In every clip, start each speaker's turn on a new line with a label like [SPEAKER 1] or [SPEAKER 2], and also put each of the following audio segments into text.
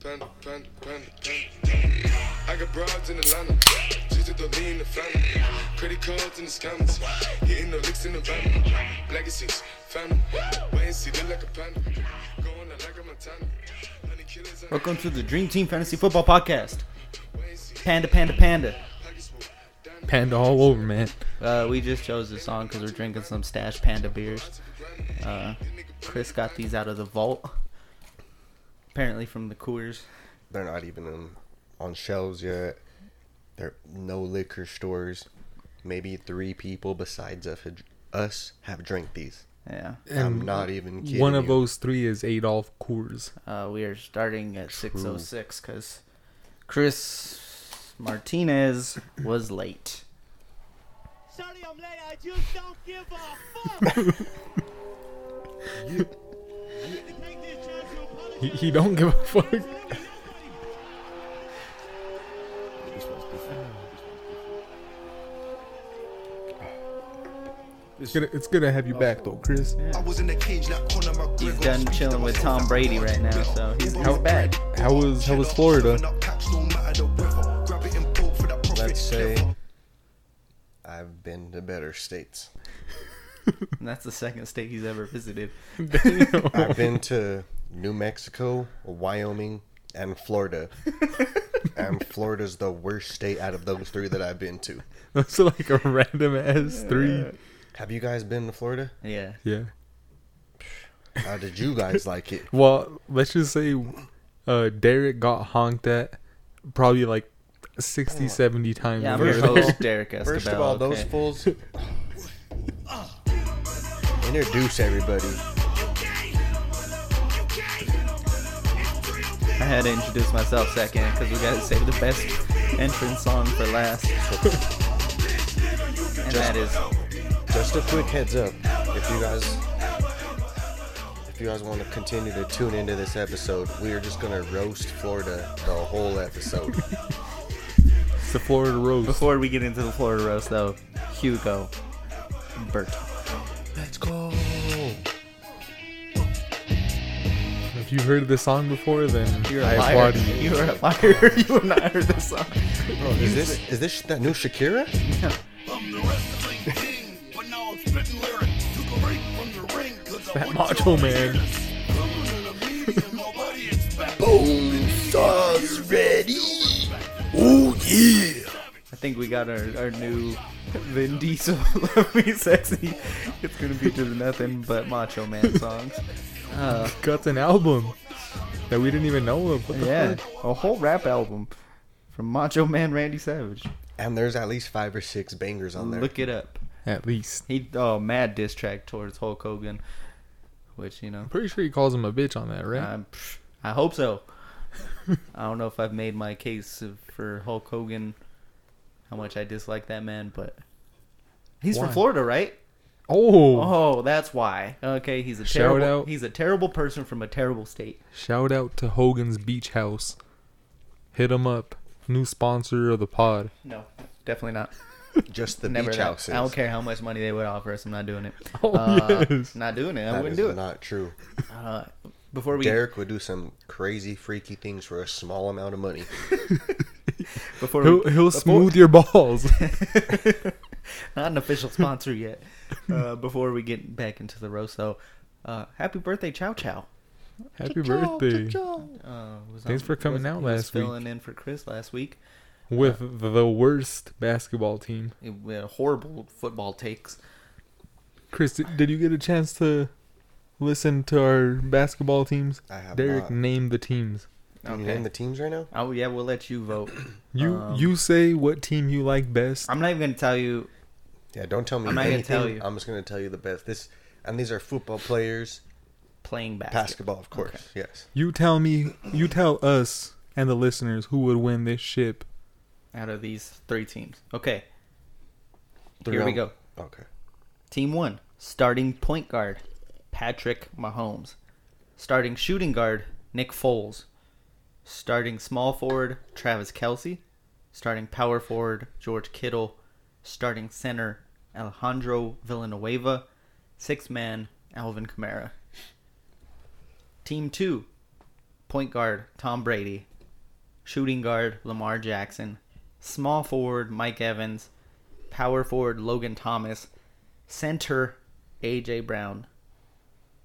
[SPEAKER 1] panda, panda, panda, panda. I got broads in Atlanta, just to the lean the family. Credit cards in the scammers, hitting the licks in the van. Legacies, family, wait and see, look like a panda. Going out like a Montana. Honey killers and
[SPEAKER 2] Welcome to the Dream Team Fantasy Football Podcast. Panda, panda, panda.
[SPEAKER 1] pockets full. Down
[SPEAKER 3] Panda all over, man.
[SPEAKER 2] Uh, we just chose this song because we're drinking some Stash Panda beers. Uh, Chris got these out of the vault, apparently from the Coors.
[SPEAKER 4] They're not even in, on shelves yet. There no liquor stores. Maybe three people besides us have, us have drank these.
[SPEAKER 2] Yeah,
[SPEAKER 4] I'm not even kidding.
[SPEAKER 3] One of
[SPEAKER 4] you.
[SPEAKER 3] those three is Adolf Coors.
[SPEAKER 2] uh, we are starting at 6:06 because Chris Martinez was late.
[SPEAKER 5] Sorry I'm late, I just don't give a fuck. I need to take this chance to apologize
[SPEAKER 3] He, he don't give a fuck.
[SPEAKER 5] to nobody.
[SPEAKER 3] It's gonna, it's good to have you back though, Chris.
[SPEAKER 6] I was in a cage, not corner my
[SPEAKER 2] He's
[SPEAKER 6] grill.
[SPEAKER 2] done chilling with Tom Brady right now, so he's, he's back.
[SPEAKER 3] How was how was Florida?
[SPEAKER 4] Let's say I've been to better states.
[SPEAKER 2] And that's the second state he's ever visited.
[SPEAKER 4] I've been to New Mexico, Wyoming, and Florida. and Florida's the worst state out of those three that I've been to.
[SPEAKER 3] That's like a random ass three.
[SPEAKER 4] Have you guys been to Florida?
[SPEAKER 2] Yeah,
[SPEAKER 3] Yeah.
[SPEAKER 4] How did you guys like it?
[SPEAKER 3] Well, let's just say uh Derek got honked at probably like 60, 70 times.
[SPEAKER 2] yeah. I'm
[SPEAKER 3] over
[SPEAKER 2] your
[SPEAKER 3] there.
[SPEAKER 2] host, Derek Escobar.
[SPEAKER 4] First of all, those
[SPEAKER 2] okay.
[SPEAKER 4] fools. Introduce everybody.
[SPEAKER 2] I had to introduce myself second because we gotta save the best entrance song for last. and that is
[SPEAKER 4] Just a quick heads up, if you guys, if you guys want to continue to tune into this episode, we are just gonna roast Florida the whole episode.
[SPEAKER 3] It's the Florida Rose.
[SPEAKER 2] before we get into the Florida roast though, Hugo Bert.
[SPEAKER 4] Let's go.
[SPEAKER 3] If you've heard this song before, then
[SPEAKER 2] You're
[SPEAKER 3] I
[SPEAKER 2] a liar.
[SPEAKER 3] applaud you.
[SPEAKER 2] You are a liar. you have not heard this song.
[SPEAKER 4] Bro, Oh, is this is this that new Shakira?
[SPEAKER 3] That Macho Man.
[SPEAKER 2] I think we got our, our new Vin Diesel Love Me Sexy. It's gonna be just nothing but Macho Man songs. Uh,
[SPEAKER 3] Got an album that we didn't even know of. What the
[SPEAKER 2] yeah,
[SPEAKER 3] fuck?
[SPEAKER 2] a whole rap album from Macho Man Randy Savage.
[SPEAKER 4] And there's at least five or six bangers on there.
[SPEAKER 2] Look it up.
[SPEAKER 3] At least.
[SPEAKER 2] He oh mad diss track towards Hulk Hogan, which you know
[SPEAKER 3] I'm pretty sure he calls him a bitch on that, right?
[SPEAKER 2] I'm, I hope so. I don't know if I've made my case of- for Hulk Hogan, how much I dislike that man, but he's
[SPEAKER 3] Why?
[SPEAKER 2] from Florida, right?
[SPEAKER 3] oh,
[SPEAKER 2] Oh, that's why. Okay, he's a
[SPEAKER 3] Shout
[SPEAKER 2] terrible.
[SPEAKER 3] out.
[SPEAKER 2] He's a terrible person from a terrible state.
[SPEAKER 3] shout out to Hogan's Beach House. Hit him up. New sponsor of the pod.
[SPEAKER 2] No, definitely not.
[SPEAKER 4] Just the
[SPEAKER 2] Never.
[SPEAKER 4] beach houses.
[SPEAKER 2] I don't care how much money they would offer us. I'm not doing it.
[SPEAKER 3] Oh,
[SPEAKER 2] Uh,
[SPEAKER 3] yes.
[SPEAKER 2] Not doing it. I
[SPEAKER 4] That
[SPEAKER 2] wouldn't
[SPEAKER 4] is
[SPEAKER 2] do it.
[SPEAKER 4] not true.
[SPEAKER 2] uh, before we
[SPEAKER 4] Derek would do some crazy, freaky things for a small amount of money.
[SPEAKER 2] before we-
[SPEAKER 3] He'll, he'll smooth your balls.
[SPEAKER 2] Not an official sponsor yet. Uh, before we get back into the roast, though, uh, happy birthday, Chow Chow.
[SPEAKER 3] Happy birthday.
[SPEAKER 2] Uh, was
[SPEAKER 3] Thanks for coming
[SPEAKER 2] was-
[SPEAKER 3] out
[SPEAKER 2] he was
[SPEAKER 3] last week.
[SPEAKER 2] Filling in for Chris last week.
[SPEAKER 3] With the worst basketball team.
[SPEAKER 2] It, we had horrible football takes.
[SPEAKER 3] Chris, did, did you get a chance to listen to our basketball teams?
[SPEAKER 4] I have
[SPEAKER 3] Derek
[SPEAKER 4] not.
[SPEAKER 3] named the teams.
[SPEAKER 4] Can you name the teams right now?
[SPEAKER 2] Oh yeah, we'll let you vote.
[SPEAKER 3] You
[SPEAKER 2] Um,
[SPEAKER 3] you say what team you like best.
[SPEAKER 2] I'm not even gonna tell you.
[SPEAKER 4] Yeah, don't tell me
[SPEAKER 2] I'm not gonna
[SPEAKER 4] anything.
[SPEAKER 2] tell you.
[SPEAKER 4] I'm just gonna tell you the best. This and these are football players.
[SPEAKER 2] Playing basketball.
[SPEAKER 4] Basketball, of course. Yes.
[SPEAKER 3] You tell me, you tell us and the listeners who would win this ship.
[SPEAKER 2] Out of these three teams, okay. Here we go.
[SPEAKER 4] Okay.
[SPEAKER 2] Team one, starting point guard, Patrick Mahomes. Starting shooting guard, Nick Foles. Starting small forward, Travis Kelsey. Starting power forward, George Kittle. Starting center, Alejandro Villanueva. Sixth man, Alvin Kamara. Team two, Point guard, Tom Brady. Shooting guard, Lamar Jackson. Small forward, Mike Evans. Power forward, Logan Thomas. Center, A.J. Brown.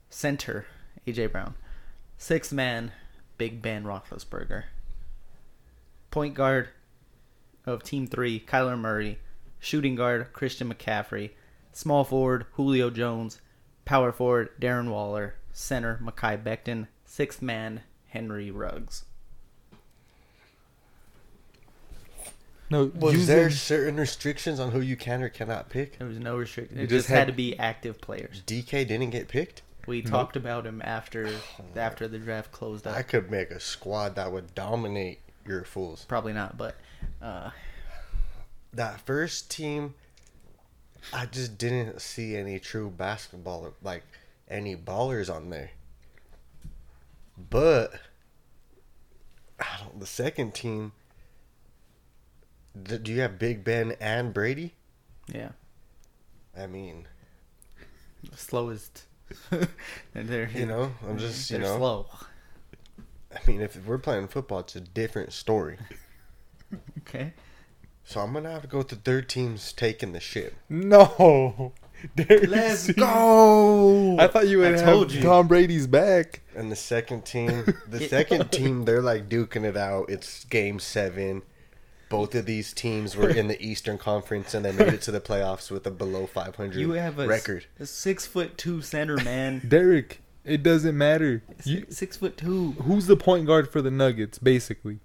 [SPEAKER 2] Center, A.J. Brown. Sixth man, Big Ben Roethlisberger. Point guard of Team 3, Kyler Murray. Shooting guard, Christian McCaffrey. Small forward, Julio Jones. Power forward, Darren Waller. Center, Makai Becton. Sixth man, Henry Ruggs.
[SPEAKER 3] No,
[SPEAKER 4] Was
[SPEAKER 3] using-
[SPEAKER 4] there certain restrictions on who you can or cannot pick?
[SPEAKER 2] There was no restriction. It
[SPEAKER 3] You
[SPEAKER 2] just
[SPEAKER 3] just
[SPEAKER 2] had,
[SPEAKER 3] had-
[SPEAKER 2] to be active players.
[SPEAKER 4] DK didn't get picked.
[SPEAKER 2] We talked about him after after the draft closed up.
[SPEAKER 4] I could make a squad that would dominate your fools.
[SPEAKER 2] Probably not, but uh,
[SPEAKER 4] That first team, I just didn't see any true basketball, like any ballers on there. But I don't. The second team, th- do you have Big Ben and Brady?
[SPEAKER 2] yeah,
[SPEAKER 4] I mean,
[SPEAKER 2] the slowest. and they're
[SPEAKER 4] you know, I'm just you
[SPEAKER 2] they're
[SPEAKER 4] know.
[SPEAKER 2] slow.
[SPEAKER 4] I mean, if we're playing football, it's a different story.
[SPEAKER 2] Okay,
[SPEAKER 4] So I'm gonna have to go with the third team's taking the ship.
[SPEAKER 3] no. Derek
[SPEAKER 2] let's
[SPEAKER 3] Jeter.
[SPEAKER 2] go.
[SPEAKER 3] I thought you would
[SPEAKER 2] I
[SPEAKER 3] have
[SPEAKER 2] told you.
[SPEAKER 3] Tom Brady's back.
[SPEAKER 4] And the second team, the second team, they're like duking it out. It's game seven. Both of these teams were in the Eastern Conference and they made it to the playoffs with a below 500
[SPEAKER 2] You have a s-
[SPEAKER 4] record.
[SPEAKER 2] a six foot two center man.
[SPEAKER 3] Derek, it doesn't matter. You,
[SPEAKER 2] six, six foot two.
[SPEAKER 3] who's the point guard for the Nuggets, basically?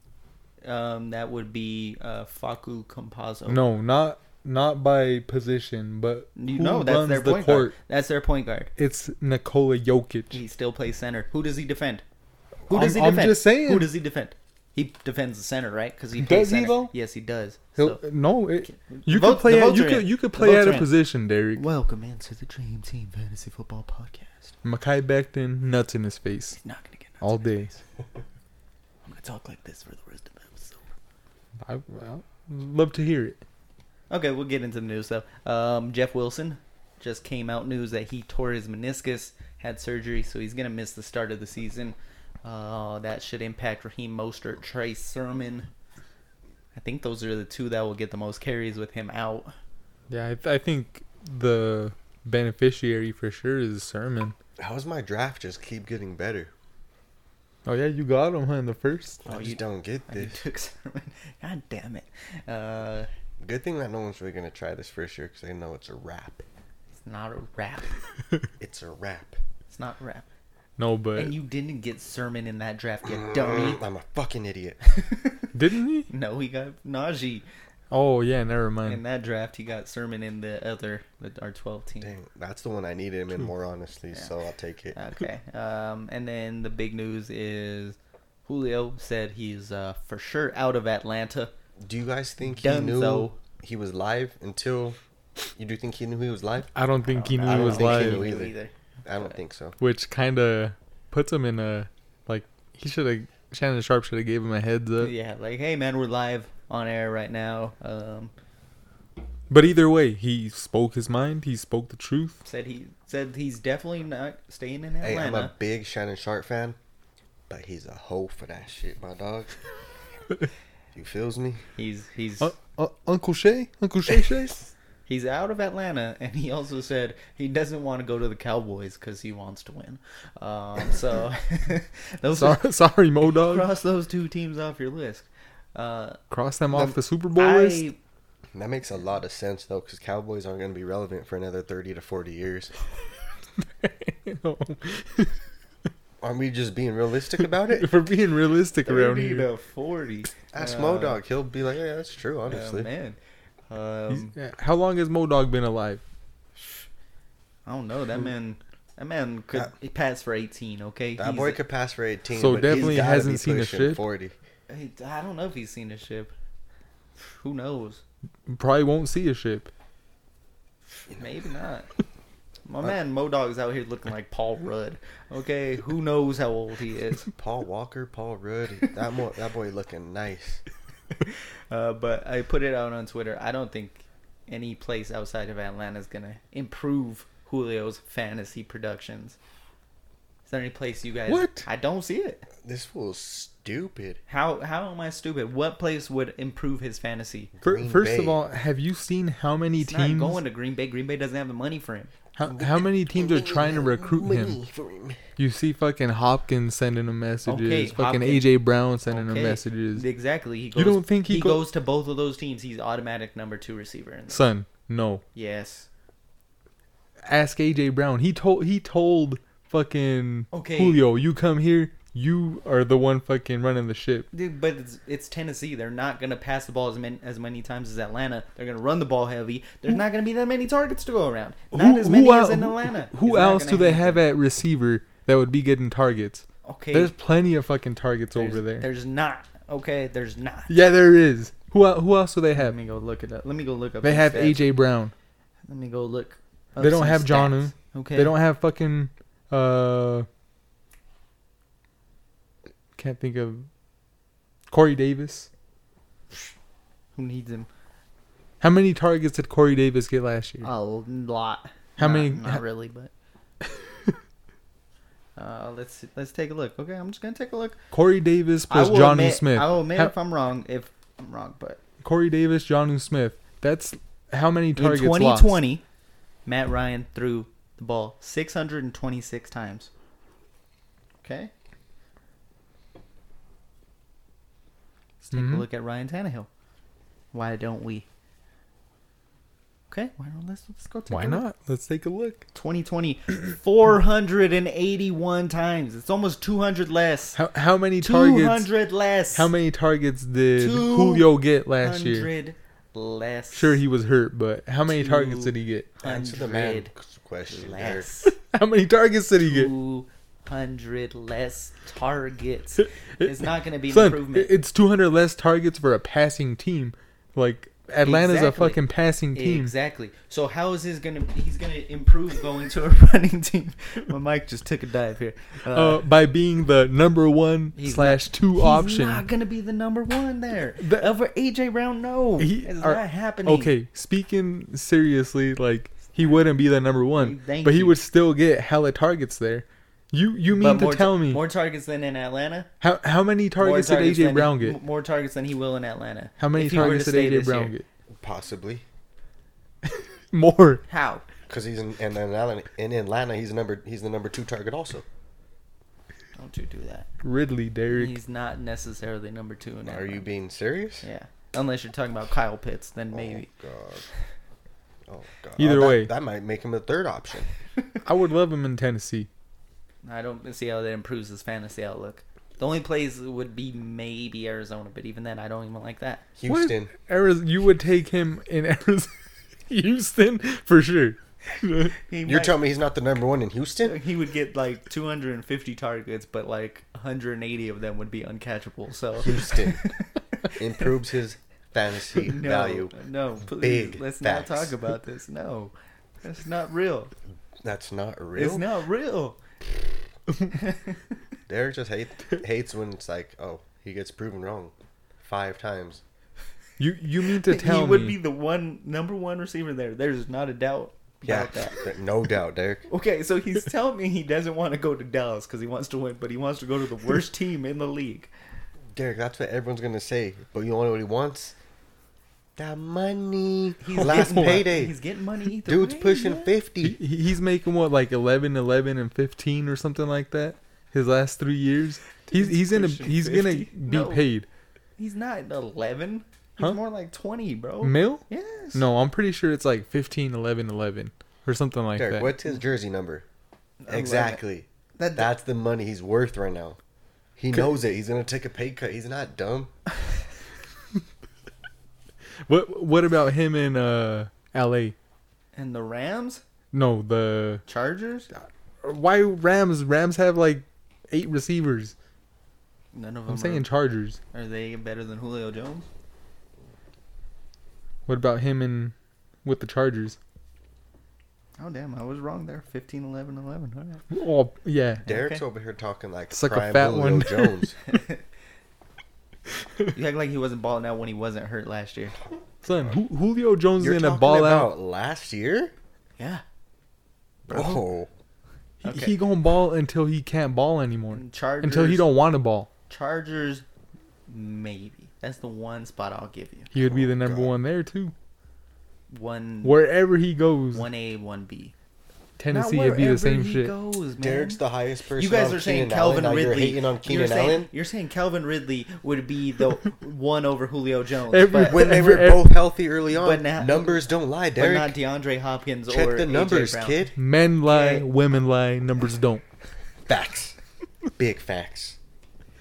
[SPEAKER 2] Um, that would be uh, Faku Composo.
[SPEAKER 3] No, not not by position, but
[SPEAKER 2] you
[SPEAKER 3] who
[SPEAKER 2] know that's
[SPEAKER 3] runs
[SPEAKER 2] their
[SPEAKER 3] the
[SPEAKER 2] point
[SPEAKER 3] court.
[SPEAKER 2] guard. That's their point guard.
[SPEAKER 3] It's Nikola Jokic.
[SPEAKER 2] He still plays center. Who does he defend? Who
[SPEAKER 3] I'm-
[SPEAKER 2] does he
[SPEAKER 3] I'm
[SPEAKER 2] defend?
[SPEAKER 3] just saying.
[SPEAKER 2] Who does he defend? He defends the center, right? Because he
[SPEAKER 3] Does
[SPEAKER 2] plays
[SPEAKER 3] he,
[SPEAKER 2] center.
[SPEAKER 3] though?
[SPEAKER 2] Yes, he does.
[SPEAKER 3] He'll-
[SPEAKER 2] So-
[SPEAKER 3] no, it, you
[SPEAKER 2] vote-
[SPEAKER 3] could play.
[SPEAKER 2] the
[SPEAKER 3] At, you
[SPEAKER 2] votes are in.
[SPEAKER 3] could you could
[SPEAKER 2] The
[SPEAKER 3] play
[SPEAKER 2] votes
[SPEAKER 3] at
[SPEAKER 2] are
[SPEAKER 3] a
[SPEAKER 2] in.
[SPEAKER 3] position, Derek.
[SPEAKER 2] Welcome into the Dream Team Fantasy Football Podcast.
[SPEAKER 3] Makai Becton, nuts in his face
[SPEAKER 2] He's not gonna get.
[SPEAKER 3] all day.
[SPEAKER 2] I'm gonna talk like this for the rest of the episode.
[SPEAKER 3] I, I love to hear it.
[SPEAKER 2] Okay, we'll get into the news though. Um, Jeff Wilson just came out news that he tore his meniscus, had surgery, so he's gonna miss the start of the season. Uh, that should impact Raheem Mostert, Trey Sermon. I think those are the two that will get the most carries with him out.
[SPEAKER 3] Yeah, I, th- I think the beneficiary for sure is Sermon.
[SPEAKER 4] How's my draft just keep getting better?
[SPEAKER 3] Oh yeah, you got him huh, in the first.
[SPEAKER 4] I
[SPEAKER 2] Oh,
[SPEAKER 4] just
[SPEAKER 2] you-
[SPEAKER 4] don't get
[SPEAKER 2] I
[SPEAKER 4] this.
[SPEAKER 2] took Sermon. God damn it! Uh,
[SPEAKER 4] Good thing that no one's really gonna try this first year because they know it's a wrap.
[SPEAKER 2] it's not a wrap.
[SPEAKER 4] It's a wrap.
[SPEAKER 2] It's not a wrap.
[SPEAKER 3] No, but
[SPEAKER 2] And you didn't get Sermon in that draft,
[SPEAKER 4] Uh,
[SPEAKER 2] you dummy.
[SPEAKER 4] Mm, I'm a fucking idiot.
[SPEAKER 3] didn't he?
[SPEAKER 2] No, he got Najee
[SPEAKER 3] Oh yeah, never
[SPEAKER 2] in
[SPEAKER 3] mind.
[SPEAKER 2] that draft. He got Sermon in the other, the, our 12 team.
[SPEAKER 4] Dang, that's the one I needed him in more honestly. So I'll take it.
[SPEAKER 2] Okay. Um, and then the big news is Julio said he's uh, for sure out of Atlanta.
[SPEAKER 4] Do you guys think he
[SPEAKER 2] Dunzo.
[SPEAKER 4] knew he was live until? You do think he knew he was live?
[SPEAKER 3] I don't think he knew
[SPEAKER 4] I
[SPEAKER 3] he
[SPEAKER 4] don't
[SPEAKER 3] was
[SPEAKER 4] think he
[SPEAKER 3] live.
[SPEAKER 4] knew either. I don't think so.
[SPEAKER 3] which kind of puts him in a like he should have Shannon Sharp should have gave him a heads up.
[SPEAKER 2] Yeah, like, hey, man, we're live on air right now. Um,
[SPEAKER 3] But either way, he spoke his mind. He spoke the truth.
[SPEAKER 2] said he said he's definitely not staying in
[SPEAKER 4] Hey, I'm a
[SPEAKER 2] Atlanta.
[SPEAKER 4] big Shannon Sharp fan, but he's a hoe for that shit, my dog. you feels me?
[SPEAKER 2] he's he's
[SPEAKER 3] Uh, uh, Uncle Shay, Uncle Shay Shay.
[SPEAKER 2] he's out of Atlanta, and he also said he doesn't want to go to the Cowboys because he wants to win. Um, so those are,
[SPEAKER 3] sorry, sorry, Mo Dog.
[SPEAKER 2] cross those two teams off your list. Uh,
[SPEAKER 3] Cross them off the Super Bowl list.
[SPEAKER 2] I
[SPEAKER 4] That makes a lot of sense though, because Cowboys aren't going to be relevant for another thirty to forty years. Aren't we just being realistic about it?
[SPEAKER 3] If we're being realistic around
[SPEAKER 2] 30
[SPEAKER 3] here,
[SPEAKER 2] to 40.
[SPEAKER 4] Ask
[SPEAKER 2] Uh,
[SPEAKER 4] Mo Dog, he'll be like, "Yeah, that's true."
[SPEAKER 2] uh,
[SPEAKER 4] Honestly,
[SPEAKER 2] man.
[SPEAKER 3] He's-
[SPEAKER 2] Um,
[SPEAKER 3] yeah, how long has Mo Dog been alive?
[SPEAKER 2] I don't know. That man, that man could
[SPEAKER 4] That-
[SPEAKER 2] he passed for 18, okay?
[SPEAKER 4] that
[SPEAKER 2] He's-
[SPEAKER 4] boy could pass for eighteen,
[SPEAKER 3] So
[SPEAKER 4] but he's
[SPEAKER 3] definitely
[SPEAKER 4] gotta
[SPEAKER 3] hasn't
[SPEAKER 4] be
[SPEAKER 3] seen a
[SPEAKER 4] pushing
[SPEAKER 3] shit.
[SPEAKER 4] Forty.
[SPEAKER 2] he- I don't know if he's seen a ship. Who knows?
[SPEAKER 3] Probably won't see a ship.
[SPEAKER 2] Maybe not.
[SPEAKER 4] Uh,
[SPEAKER 2] My man Mo Dog's out here looking like Paul Rudd. Okay, who knows how old he is?
[SPEAKER 4] Paul Walker, Paul Rudd. That mo- that boy looking nice.
[SPEAKER 2] Uh, but I put it out on Twitter. I don't think any place outside of Atlanta is gonna improve Julio's fantasy productions. Is there any place you guys?
[SPEAKER 3] What?
[SPEAKER 2] I don't see it.
[SPEAKER 4] This fool's stupid.
[SPEAKER 2] How how am I stupid? What place would improve his fantasy?
[SPEAKER 3] Fir
[SPEAKER 4] Green
[SPEAKER 3] first of
[SPEAKER 4] Bay.
[SPEAKER 3] all, have you seen how many
[SPEAKER 2] He's
[SPEAKER 3] teams?
[SPEAKER 2] not going to Green Bay. Green Bay doesn't have the money for him.
[SPEAKER 3] How, how many teams are trying to recruit him? You see fucking Hopkins sending him messages,
[SPEAKER 2] Okay,
[SPEAKER 3] fucking
[SPEAKER 2] Hopkins.
[SPEAKER 3] AJ Brown sending
[SPEAKER 2] Okay.
[SPEAKER 3] him messages.
[SPEAKER 2] Exactly. He goes,
[SPEAKER 3] You don't think he go-
[SPEAKER 2] goes to both of those teams? He's automatic number two receiver. In the-
[SPEAKER 3] Son, no.
[SPEAKER 2] yes.
[SPEAKER 3] Ask AJ Brown. He told he told fucking
[SPEAKER 2] Okay.
[SPEAKER 3] Julio, you come here, you are the one fucking running the ship.
[SPEAKER 2] Dude, but it's, it's Tennessee. They're not gonna pass the ball as many as many times as Atlanta. They're gonna run the ball heavy. There's not gonna be that many targets to go around. Not as many as
[SPEAKER 3] el-
[SPEAKER 2] in Atlanta.
[SPEAKER 3] who
[SPEAKER 2] It's not
[SPEAKER 3] else
[SPEAKER 2] gonna
[SPEAKER 3] do they
[SPEAKER 2] happen.
[SPEAKER 3] have at receiver that would be getting targets?
[SPEAKER 2] Okay,
[SPEAKER 3] There's plenty of fucking targets
[SPEAKER 2] there's-
[SPEAKER 3] over there.
[SPEAKER 2] There's not. Okay, there's not.
[SPEAKER 3] Yeah, there is. Who el- who else do they
[SPEAKER 2] Let
[SPEAKER 3] have?
[SPEAKER 2] me go look it up. Let me go look up.
[SPEAKER 3] They
[SPEAKER 2] these
[SPEAKER 3] have
[SPEAKER 2] stats.
[SPEAKER 3] AJ Brown.
[SPEAKER 2] Let me go look. up
[SPEAKER 3] They don't
[SPEAKER 2] some
[SPEAKER 3] have Jonu.
[SPEAKER 2] stats. Okay.
[SPEAKER 3] They don't have fucking uh can't think of Corey Davis.
[SPEAKER 2] Who needs him?
[SPEAKER 3] How many targets did Corey Davis get last year?
[SPEAKER 2] A lot.
[SPEAKER 3] How
[SPEAKER 2] Not-
[SPEAKER 3] many-
[SPEAKER 2] Not
[SPEAKER 3] how-
[SPEAKER 2] really, but. Uh, let's let's take a look. Okay, I'm just gonna take a look.
[SPEAKER 3] Corey Davis plus
[SPEAKER 2] I will
[SPEAKER 3] Johnu
[SPEAKER 2] admit-
[SPEAKER 3] Smith.
[SPEAKER 2] I will admit
[SPEAKER 3] How-
[SPEAKER 2] if I'm wrong. If I'm wrong, but
[SPEAKER 3] Corey Davis, Johnu Smith. That's how many targets
[SPEAKER 2] in
[SPEAKER 3] lost?
[SPEAKER 2] 2020, Matt Ryan threw the ball 626 times. Okay. Let's take
[SPEAKER 3] Mhm.
[SPEAKER 2] a look at Ryan Tannehill. Why don't we? Okay, why don't let's, let's go take
[SPEAKER 3] Why
[SPEAKER 2] a look.
[SPEAKER 3] not? Let's take a look.
[SPEAKER 2] 2020, 481 times. It's almost 200 less.
[SPEAKER 3] How how many targets?
[SPEAKER 2] 200 less.
[SPEAKER 3] How many targets did Julio get last year?
[SPEAKER 2] 200 less.
[SPEAKER 3] Sure, he was hurt, but how many
[SPEAKER 2] Two-
[SPEAKER 3] targets did he get?
[SPEAKER 4] Answer the man
[SPEAKER 2] 100
[SPEAKER 4] question. there.
[SPEAKER 2] less.
[SPEAKER 3] How many targets did he get?
[SPEAKER 2] 200 less targets. It's not going to be an
[SPEAKER 3] Son,
[SPEAKER 2] improvement.
[SPEAKER 3] i- It's 200 less targets for a passing team. Like Atlanta's
[SPEAKER 2] Exactly.
[SPEAKER 3] a fucking passing team.
[SPEAKER 2] Exactly. So how is his gonna? He's gonna improve going to a running team. My mic just took a dive here. Uh,
[SPEAKER 3] Uh, by being the number one
[SPEAKER 2] He's
[SPEAKER 3] slash two
[SPEAKER 2] he's
[SPEAKER 3] option.
[SPEAKER 2] not gonna be the number one there.
[SPEAKER 3] The-
[SPEAKER 2] Over AJ Brown, no,
[SPEAKER 3] He-
[SPEAKER 2] it's
[SPEAKER 3] are-
[SPEAKER 2] not happening.
[SPEAKER 3] Okay, speaking seriously, like he wouldn't be the number one,
[SPEAKER 2] Thank
[SPEAKER 3] but he
[SPEAKER 2] you.
[SPEAKER 3] would still get hella targets there. You you
[SPEAKER 2] But
[SPEAKER 3] mean to
[SPEAKER 2] more
[SPEAKER 3] tell
[SPEAKER 2] ta-
[SPEAKER 3] me
[SPEAKER 2] more targets than in Atlanta?
[SPEAKER 3] how how many
[SPEAKER 2] More
[SPEAKER 3] targets did AJ
[SPEAKER 2] than-
[SPEAKER 3] Brown get?
[SPEAKER 2] m- More targets than he will in Atlanta.
[SPEAKER 3] How many
[SPEAKER 2] if he were to
[SPEAKER 3] targets did
[SPEAKER 2] stay
[SPEAKER 3] AJ
[SPEAKER 2] this year.
[SPEAKER 3] Brown get?
[SPEAKER 4] Possibly.
[SPEAKER 3] More.
[SPEAKER 2] How?
[SPEAKER 4] Because he's in, in Atlanta. In Atlanta, he's number. He's the number two target. Also,
[SPEAKER 2] Don't you do that?
[SPEAKER 3] Ridley, Derek.
[SPEAKER 2] He's not necessarily number two in
[SPEAKER 4] are
[SPEAKER 2] Atlanta.
[SPEAKER 4] you being serious?
[SPEAKER 2] Yeah. Unless you're talking about Kyle Pitts, then maybe.
[SPEAKER 4] Oh God. Oh God.
[SPEAKER 3] Either
[SPEAKER 4] Oh, that-
[SPEAKER 3] way.
[SPEAKER 4] that might make him the third option.
[SPEAKER 2] Oh.
[SPEAKER 3] I would love him in Tennessee.
[SPEAKER 2] I don't see how that improves his fantasy outlook. The only plays would be maybe Arizona, but even then, I don't even like that.
[SPEAKER 3] What?
[SPEAKER 4] Houston.
[SPEAKER 3] Ariz- you would take him in Arizona, Houston for sure.
[SPEAKER 4] You're telling me he's not the number one in Houston?
[SPEAKER 2] he would get like 250 targets, but like 180 of them would be uncatchable. So
[SPEAKER 4] Houston improves his fantasy
[SPEAKER 2] no,
[SPEAKER 4] value.
[SPEAKER 2] No, please,
[SPEAKER 4] Big
[SPEAKER 2] let's
[SPEAKER 4] facts.
[SPEAKER 2] not talk about this. No, that's not real.
[SPEAKER 4] That's not real.
[SPEAKER 2] It's not real.
[SPEAKER 4] Derek just hate, hates when it's like, oh, he gets proven wrong five times.
[SPEAKER 3] You you mean to tell
[SPEAKER 2] he would
[SPEAKER 3] me
[SPEAKER 2] be the one number one receiver there. There's not a doubt
[SPEAKER 4] Yeah,
[SPEAKER 2] about that.
[SPEAKER 4] th- no doubt, Derek.
[SPEAKER 2] Okay, so he's telling me he doesn't want to go to Dallas because he wants to win, but he wants to go to the worst team in the league.
[SPEAKER 4] Derek, that's what everyone's gonna say. But you know what he wants? That money.
[SPEAKER 2] He's
[SPEAKER 4] Last
[SPEAKER 2] getting money.
[SPEAKER 4] payday.
[SPEAKER 2] He's getting money. Either
[SPEAKER 4] Dude's
[SPEAKER 2] way,
[SPEAKER 4] pushing
[SPEAKER 2] man.
[SPEAKER 3] he,
[SPEAKER 4] fifty.
[SPEAKER 3] he's making what like 11, 11, and fifteen or something like that? His last three years, he's he's gonna
[SPEAKER 2] pushing
[SPEAKER 3] he's gonna
[SPEAKER 2] 50.
[SPEAKER 3] be
[SPEAKER 2] No.
[SPEAKER 3] paid
[SPEAKER 2] He's not eleven. He's
[SPEAKER 3] Huh?
[SPEAKER 2] more like twenty, bro.
[SPEAKER 3] mil.
[SPEAKER 2] Yes.
[SPEAKER 3] No, I'm pretty sure it's like 15, 11, 11 or something like
[SPEAKER 4] Derek,
[SPEAKER 3] that.
[SPEAKER 4] what's his jersey number?
[SPEAKER 2] Eleven.
[SPEAKER 4] Exactly.
[SPEAKER 2] That-
[SPEAKER 4] That's the money he's worth right now. He knows it. He's gonna take a pay cut. He's not dumb.
[SPEAKER 3] What what about him in uh L.A.?
[SPEAKER 2] and the Rams,
[SPEAKER 3] No, the
[SPEAKER 2] Chargers,
[SPEAKER 3] why Rams Rams have like eight receivers.
[SPEAKER 2] none of them.
[SPEAKER 3] I'm saying Chargers.
[SPEAKER 2] are, are they better than Julio Jones?
[SPEAKER 3] What about him in with the Chargers?
[SPEAKER 2] Oh damn, I was wrong there. 15, 11, 11. All right.
[SPEAKER 3] Oh yeah,
[SPEAKER 4] Derek's
[SPEAKER 2] Okay.
[SPEAKER 4] over here talking like
[SPEAKER 3] It's like a
[SPEAKER 4] prime
[SPEAKER 3] fat
[SPEAKER 4] Julio
[SPEAKER 3] one.
[SPEAKER 4] Jones.
[SPEAKER 2] You act like he wasn't balling out when he wasn't hurt last year.
[SPEAKER 3] son. Ju- Julio Jones is
[SPEAKER 4] You're
[SPEAKER 3] gonna
[SPEAKER 4] talking
[SPEAKER 3] ball out.
[SPEAKER 4] about last year?
[SPEAKER 2] Yeah.
[SPEAKER 4] Oh,
[SPEAKER 3] He
[SPEAKER 2] Okay.
[SPEAKER 3] He gonna ball until he can't ball anymore.
[SPEAKER 2] Chargers.
[SPEAKER 3] Until he don't want to ball.
[SPEAKER 2] Chargers, maybe. That's the one spot I'll give you.
[SPEAKER 3] He would be the number
[SPEAKER 4] God.
[SPEAKER 3] one there too.
[SPEAKER 2] One.
[SPEAKER 3] Wherever he goes,
[SPEAKER 2] One A, one B.
[SPEAKER 3] Tennessee would be the same shit.
[SPEAKER 4] Derek's the highest person.
[SPEAKER 2] you guys
[SPEAKER 4] on
[SPEAKER 2] are saying
[SPEAKER 4] Keenan
[SPEAKER 2] Calvin
[SPEAKER 4] Allen. Now
[SPEAKER 2] Ridley.
[SPEAKER 4] You're hating on Keenan
[SPEAKER 2] you're saying,
[SPEAKER 4] Allen
[SPEAKER 2] You're saying Calvin Ridley would be the one over Julio Jones,
[SPEAKER 3] Every-
[SPEAKER 2] but,
[SPEAKER 4] when they were
[SPEAKER 3] Every-
[SPEAKER 4] both healthy early on.
[SPEAKER 2] But now-
[SPEAKER 4] numbers don't lie,
[SPEAKER 2] but not
[SPEAKER 4] Derek.
[SPEAKER 2] DeAndre Hopkins or
[SPEAKER 4] Check the
[SPEAKER 2] AJ
[SPEAKER 4] numbers,
[SPEAKER 2] Brown.
[SPEAKER 4] kid.
[SPEAKER 3] Men lie,
[SPEAKER 4] Yeah.
[SPEAKER 3] women lie, numbers don't.
[SPEAKER 4] Facts, big facts.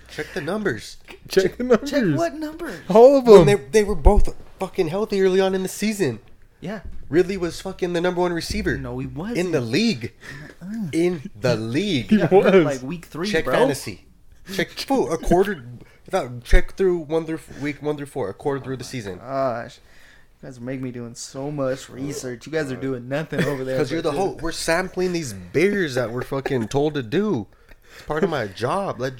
[SPEAKER 4] Check the numbers.
[SPEAKER 3] Check the numbers.
[SPEAKER 2] Check what numbers?
[SPEAKER 3] All of them.
[SPEAKER 4] When they they were both fucking healthy early on in the season.
[SPEAKER 2] Yeah,
[SPEAKER 4] Ridley was fucking the number one receiver.
[SPEAKER 2] no, he wasn't.
[SPEAKER 4] in the league. In the league.
[SPEAKER 3] He was.
[SPEAKER 2] like week three,
[SPEAKER 4] check
[SPEAKER 2] bro.
[SPEAKER 4] fantasy. Check four, a quarter. no, check through one through week one through four, a quarter through the
[SPEAKER 2] Oh
[SPEAKER 4] season.
[SPEAKER 2] Gosh, you guys make me doing so much research. You guys are doing nothing over there.
[SPEAKER 4] Because you're the
[SPEAKER 2] but
[SPEAKER 4] whole. We're sampling these beers that we're fucking told to do. It's part of my job. Let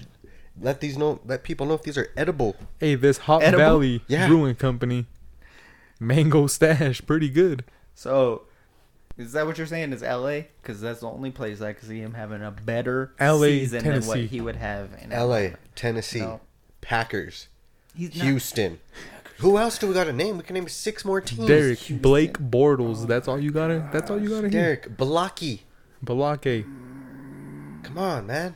[SPEAKER 4] let these know. Let people know if these are edible.
[SPEAKER 3] hey, this Hop
[SPEAKER 2] Edible?
[SPEAKER 3] Valley
[SPEAKER 4] Yeah.
[SPEAKER 3] Brewing Company, Mango Stash, pretty good.
[SPEAKER 2] So, is that what you're saying? Is LA? Because that's the only place I could see him having a better
[SPEAKER 3] LA,
[SPEAKER 2] season than
[SPEAKER 3] Tennessee.
[SPEAKER 2] what he would have in
[SPEAKER 4] L.A., Tennessee,
[SPEAKER 2] No.
[SPEAKER 4] Packers,
[SPEAKER 2] He's not-
[SPEAKER 4] Houston. Who else do we got to name? We can name six more
[SPEAKER 2] Mm.
[SPEAKER 4] teams.
[SPEAKER 3] Derek Blake Bortles. that's all you gotta. that's all you gotta hear.
[SPEAKER 4] Derek Blocky.
[SPEAKER 3] Balake.
[SPEAKER 4] Come on, man.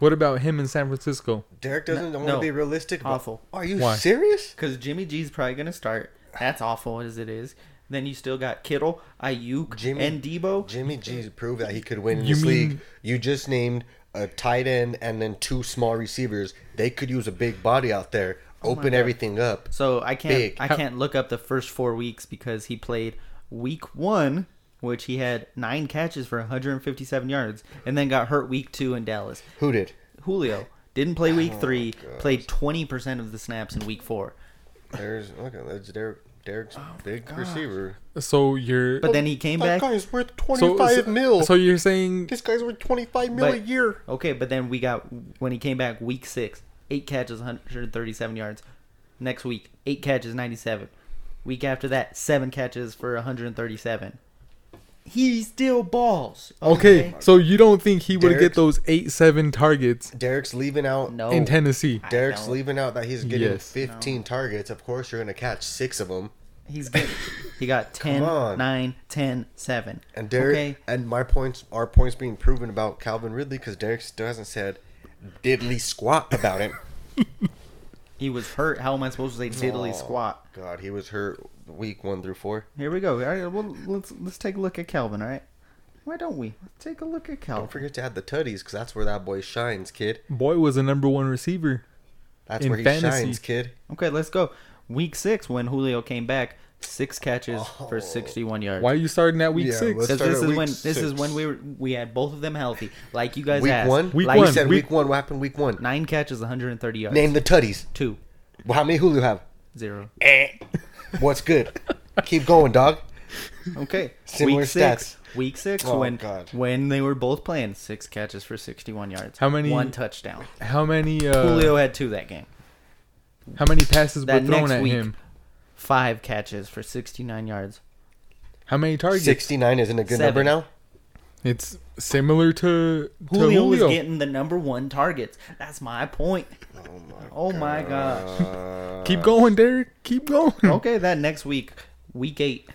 [SPEAKER 3] What about him in San Francisco?
[SPEAKER 4] Derek doesn't want
[SPEAKER 2] no.
[SPEAKER 4] to be realistic. but-
[SPEAKER 2] Awful.
[SPEAKER 4] Are you
[SPEAKER 3] Why?
[SPEAKER 4] serious?
[SPEAKER 2] Because Jimmy G's probably gonna start. That's awful as it is. Then you still got Kittle, Ayuk,
[SPEAKER 4] Jimmy-
[SPEAKER 2] and Debo.
[SPEAKER 4] Jimmy G proved that he could win in
[SPEAKER 3] You
[SPEAKER 4] this league.
[SPEAKER 3] mean-
[SPEAKER 4] You just named a tight end and then two small receivers. They could use a big body out there. Open
[SPEAKER 2] God.
[SPEAKER 4] everything up.
[SPEAKER 2] So I can't
[SPEAKER 4] Big.
[SPEAKER 2] I can't look up the first four weeks because he played week one, which he had nine catches for 157 yards, and then got hurt week two in Dallas.
[SPEAKER 4] Who did?
[SPEAKER 2] Julio didn't play week
[SPEAKER 4] Oh,
[SPEAKER 2] three. played 20 percent of the snaps in week four,
[SPEAKER 4] There's look at that's Derek. Derek's big receiver.
[SPEAKER 3] So you're.
[SPEAKER 2] but then Oh he came back.
[SPEAKER 4] is worth
[SPEAKER 3] so,
[SPEAKER 4] twenty
[SPEAKER 3] so- So you're saying
[SPEAKER 4] guy's worth twenty five
[SPEAKER 2] but- Okay, but then we got when he came back week six, eight catches, 137 yards. Next week, eight catches, 97. Week after that, seven catches for 137. He still balls.
[SPEAKER 3] okay, So you don't think he would get
[SPEAKER 4] Derek-
[SPEAKER 3] those eight seven targets
[SPEAKER 4] Derek's leaving out.
[SPEAKER 2] No.
[SPEAKER 3] in Tennessee?
[SPEAKER 2] I
[SPEAKER 4] Derek's
[SPEAKER 2] don't-
[SPEAKER 4] leaving out that he's getting
[SPEAKER 3] Yes.
[SPEAKER 4] fifteen targets. Of course, you're gonna catch six of them.
[SPEAKER 2] He's getting, he got 10,
[SPEAKER 4] on.
[SPEAKER 2] 9, 10, 7.
[SPEAKER 4] And Derek
[SPEAKER 2] Okay.
[SPEAKER 4] and my points our points being proven about Calvin Ridley because Derek still hasn't said diddly squat about him.
[SPEAKER 2] He was hurt. How am I supposed to say diddly
[SPEAKER 4] Oh,
[SPEAKER 2] squat?
[SPEAKER 4] God, he was hurt week one through four.
[SPEAKER 2] Here we go. All right, well, let's let's take a look at Calvin, all right? Why don't we? Let's take a look at Calvin.
[SPEAKER 4] Don't forget to add the tutties because that's where that boy shines, kid.
[SPEAKER 3] Boy was a number one receiver.
[SPEAKER 4] That's
[SPEAKER 3] In
[SPEAKER 4] where he
[SPEAKER 3] fantasy.
[SPEAKER 4] shines, kid.
[SPEAKER 2] Okay, let's go. Week six, when Julio came back, six catches for
[SPEAKER 4] Oh.
[SPEAKER 2] 61 yards.
[SPEAKER 3] Why are you starting at week
[SPEAKER 4] Yeah,
[SPEAKER 3] six?
[SPEAKER 4] let's-
[SPEAKER 2] Because
[SPEAKER 4] Start
[SPEAKER 2] this
[SPEAKER 4] at
[SPEAKER 2] is
[SPEAKER 4] week
[SPEAKER 2] when this is when
[SPEAKER 4] six.
[SPEAKER 2] we were, we had both of them healthy, like you guys
[SPEAKER 4] Week
[SPEAKER 2] asked.
[SPEAKER 4] one.
[SPEAKER 3] Week
[SPEAKER 2] like,
[SPEAKER 4] We
[SPEAKER 3] one.
[SPEAKER 4] said
[SPEAKER 3] Week-
[SPEAKER 4] week one. What happened week one?
[SPEAKER 2] Nine catches, 130 yards.
[SPEAKER 4] Name the tutties.
[SPEAKER 2] two,
[SPEAKER 4] Well, how many Hulu have?
[SPEAKER 2] zero.
[SPEAKER 4] What's good? Keep going, dog.
[SPEAKER 2] Okay.
[SPEAKER 4] Similar
[SPEAKER 2] week six. Week six,
[SPEAKER 4] Oh,
[SPEAKER 2] when
[SPEAKER 4] God.
[SPEAKER 2] when they were both playing, six catches for 61 yards.
[SPEAKER 3] How many-
[SPEAKER 2] One touchdown.
[SPEAKER 3] How many? Uh,
[SPEAKER 2] Julio had two that game.
[SPEAKER 3] How many passes were
[SPEAKER 2] That
[SPEAKER 3] thrown
[SPEAKER 2] next
[SPEAKER 3] at
[SPEAKER 2] week.
[SPEAKER 3] him?
[SPEAKER 2] Five catches for 69 yards.
[SPEAKER 3] How many targets?
[SPEAKER 4] Sixty nine isn't a good
[SPEAKER 2] Seven.
[SPEAKER 4] number now.
[SPEAKER 3] It's similar to to
[SPEAKER 2] Julio,
[SPEAKER 3] Julio.
[SPEAKER 2] was getting the number one targets. That's my point. Oh my, gosh. Uh,
[SPEAKER 3] Keep going, Derek. Keep going.
[SPEAKER 2] okay, that next week, week eight,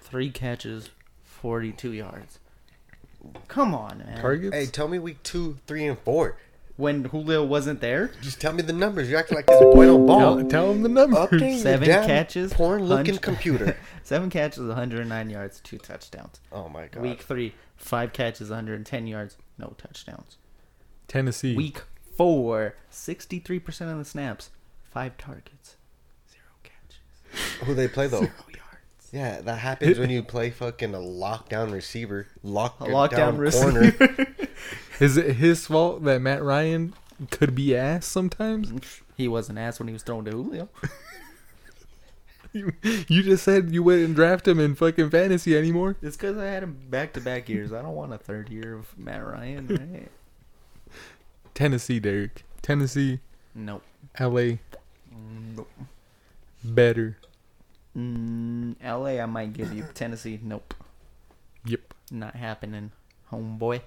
[SPEAKER 2] three catches, 42 yards. Come on, man.
[SPEAKER 3] Targets.
[SPEAKER 4] Hey, tell me week two, three, and four.
[SPEAKER 2] When Julio wasn't there,
[SPEAKER 4] Just tell me the numbers. You're acting like this boy don't ball.
[SPEAKER 3] tell, tell him the number.
[SPEAKER 4] Update your
[SPEAKER 2] Seven
[SPEAKER 4] damn
[SPEAKER 2] catches,
[SPEAKER 4] porn-looking
[SPEAKER 2] hundred-
[SPEAKER 4] computer.
[SPEAKER 2] seven catches, 109 yards, two touchdowns.
[SPEAKER 4] Oh my god.
[SPEAKER 2] Week three, five catches, 110 yards, no touchdowns.
[SPEAKER 3] Tennessee.
[SPEAKER 2] Week four, 63% of the snaps, five targets, zero catches,
[SPEAKER 4] Who they play though?
[SPEAKER 2] no yards.
[SPEAKER 4] Yeah, that happens when you play fucking a lockdown receiver, lock
[SPEAKER 2] A lockdown
[SPEAKER 4] down
[SPEAKER 2] receiver.
[SPEAKER 4] corner.
[SPEAKER 3] Is it his fault that Matt Ryan could be ass sometimes?
[SPEAKER 2] He wasn't asked when he was thrown to Julio.
[SPEAKER 3] You, you just said you wouldn't draft him in fucking fantasy anymore.
[SPEAKER 2] It's because I had him back to back years. I don't want a third year of Matt Ryan. Right?
[SPEAKER 3] Tennessee, Derek. Tennessee,
[SPEAKER 2] Nope.
[SPEAKER 3] L.A. Better.
[SPEAKER 2] Mm, LA, I might give you. Tennessee, nope.
[SPEAKER 3] Yep.
[SPEAKER 2] Not happening, homeboy.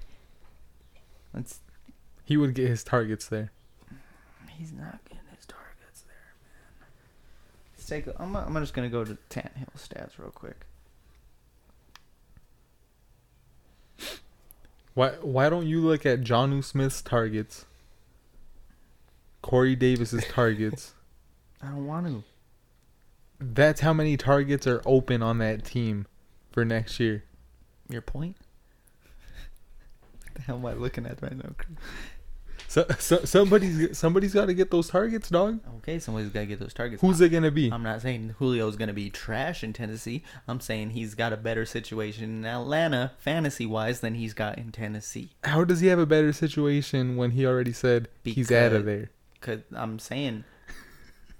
[SPEAKER 2] Let's.
[SPEAKER 3] He would get his targets there.
[SPEAKER 2] He's not getting his targets there, man. Let's take. A, I'm. I'm just gonna go to Tannehill stats real quick.
[SPEAKER 3] Why why don't you look at Johnu Smith's targets? Corey Davis's targets.
[SPEAKER 2] I don't want to.
[SPEAKER 3] That's how many targets are open on that team for next year.
[SPEAKER 2] Your point. what the hell am I looking at right now? Chris?
[SPEAKER 3] So, so somebody's somebody's got to get those targets, dog.
[SPEAKER 2] Okay, somebody's gotta get those targets.
[SPEAKER 3] Who's it gonna be?
[SPEAKER 2] I'm not saying Julio's going to be trash in Tennessee. I'm saying he's got a better situation in Atlanta, fantasy wise, than he's got in Tennessee.
[SPEAKER 3] How does he have a better situation when he already said he's out
[SPEAKER 2] Because-
[SPEAKER 3] of there?
[SPEAKER 2] Because I'm saying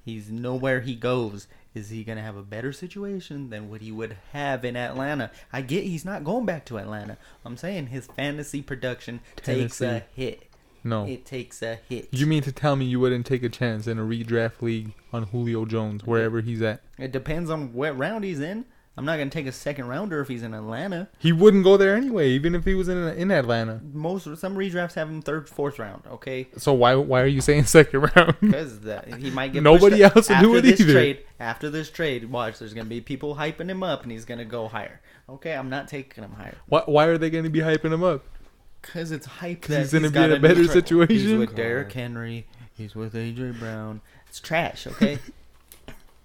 [SPEAKER 2] he's nowhere he goes. Is he going to have a better situation than what he would have in Atlanta? I get he's not going back to Atlanta. I'm saying his fantasy production takes a
[SPEAKER 3] Tennessee.
[SPEAKER 2] hit.
[SPEAKER 3] No.
[SPEAKER 2] It takes a hit.
[SPEAKER 3] You mean to tell me you wouldn't take a chance in a redraft league on Julio Jones wherever he's at?
[SPEAKER 2] it depends on what round he's in. I'm not going to take a second rounder if he's in Atlanta.
[SPEAKER 3] He wouldn't go there anyway, even if he was in in Atlanta.
[SPEAKER 2] Most some redrafts have him third, fourth round. Okay,
[SPEAKER 3] So why why are you saying second round?
[SPEAKER 2] because he might get
[SPEAKER 3] Nobody
[SPEAKER 2] pushed up.
[SPEAKER 3] else will do it
[SPEAKER 2] this
[SPEAKER 3] either.
[SPEAKER 2] Trade, after this trade, watch. There's gonna be people hyping him up, and he's gonna go higher. Okay, I'm not taking him higher
[SPEAKER 3] why why are they going to be hyping him up?
[SPEAKER 2] because it's hype.
[SPEAKER 3] 'Cause
[SPEAKER 2] That
[SPEAKER 3] he's gonna be
[SPEAKER 2] got
[SPEAKER 3] in a
[SPEAKER 2] new
[SPEAKER 3] better
[SPEAKER 2] tra- He's
[SPEAKER 3] situation.
[SPEAKER 2] with Derrick Henry. He's with AJ Brown. It's trash. Okay,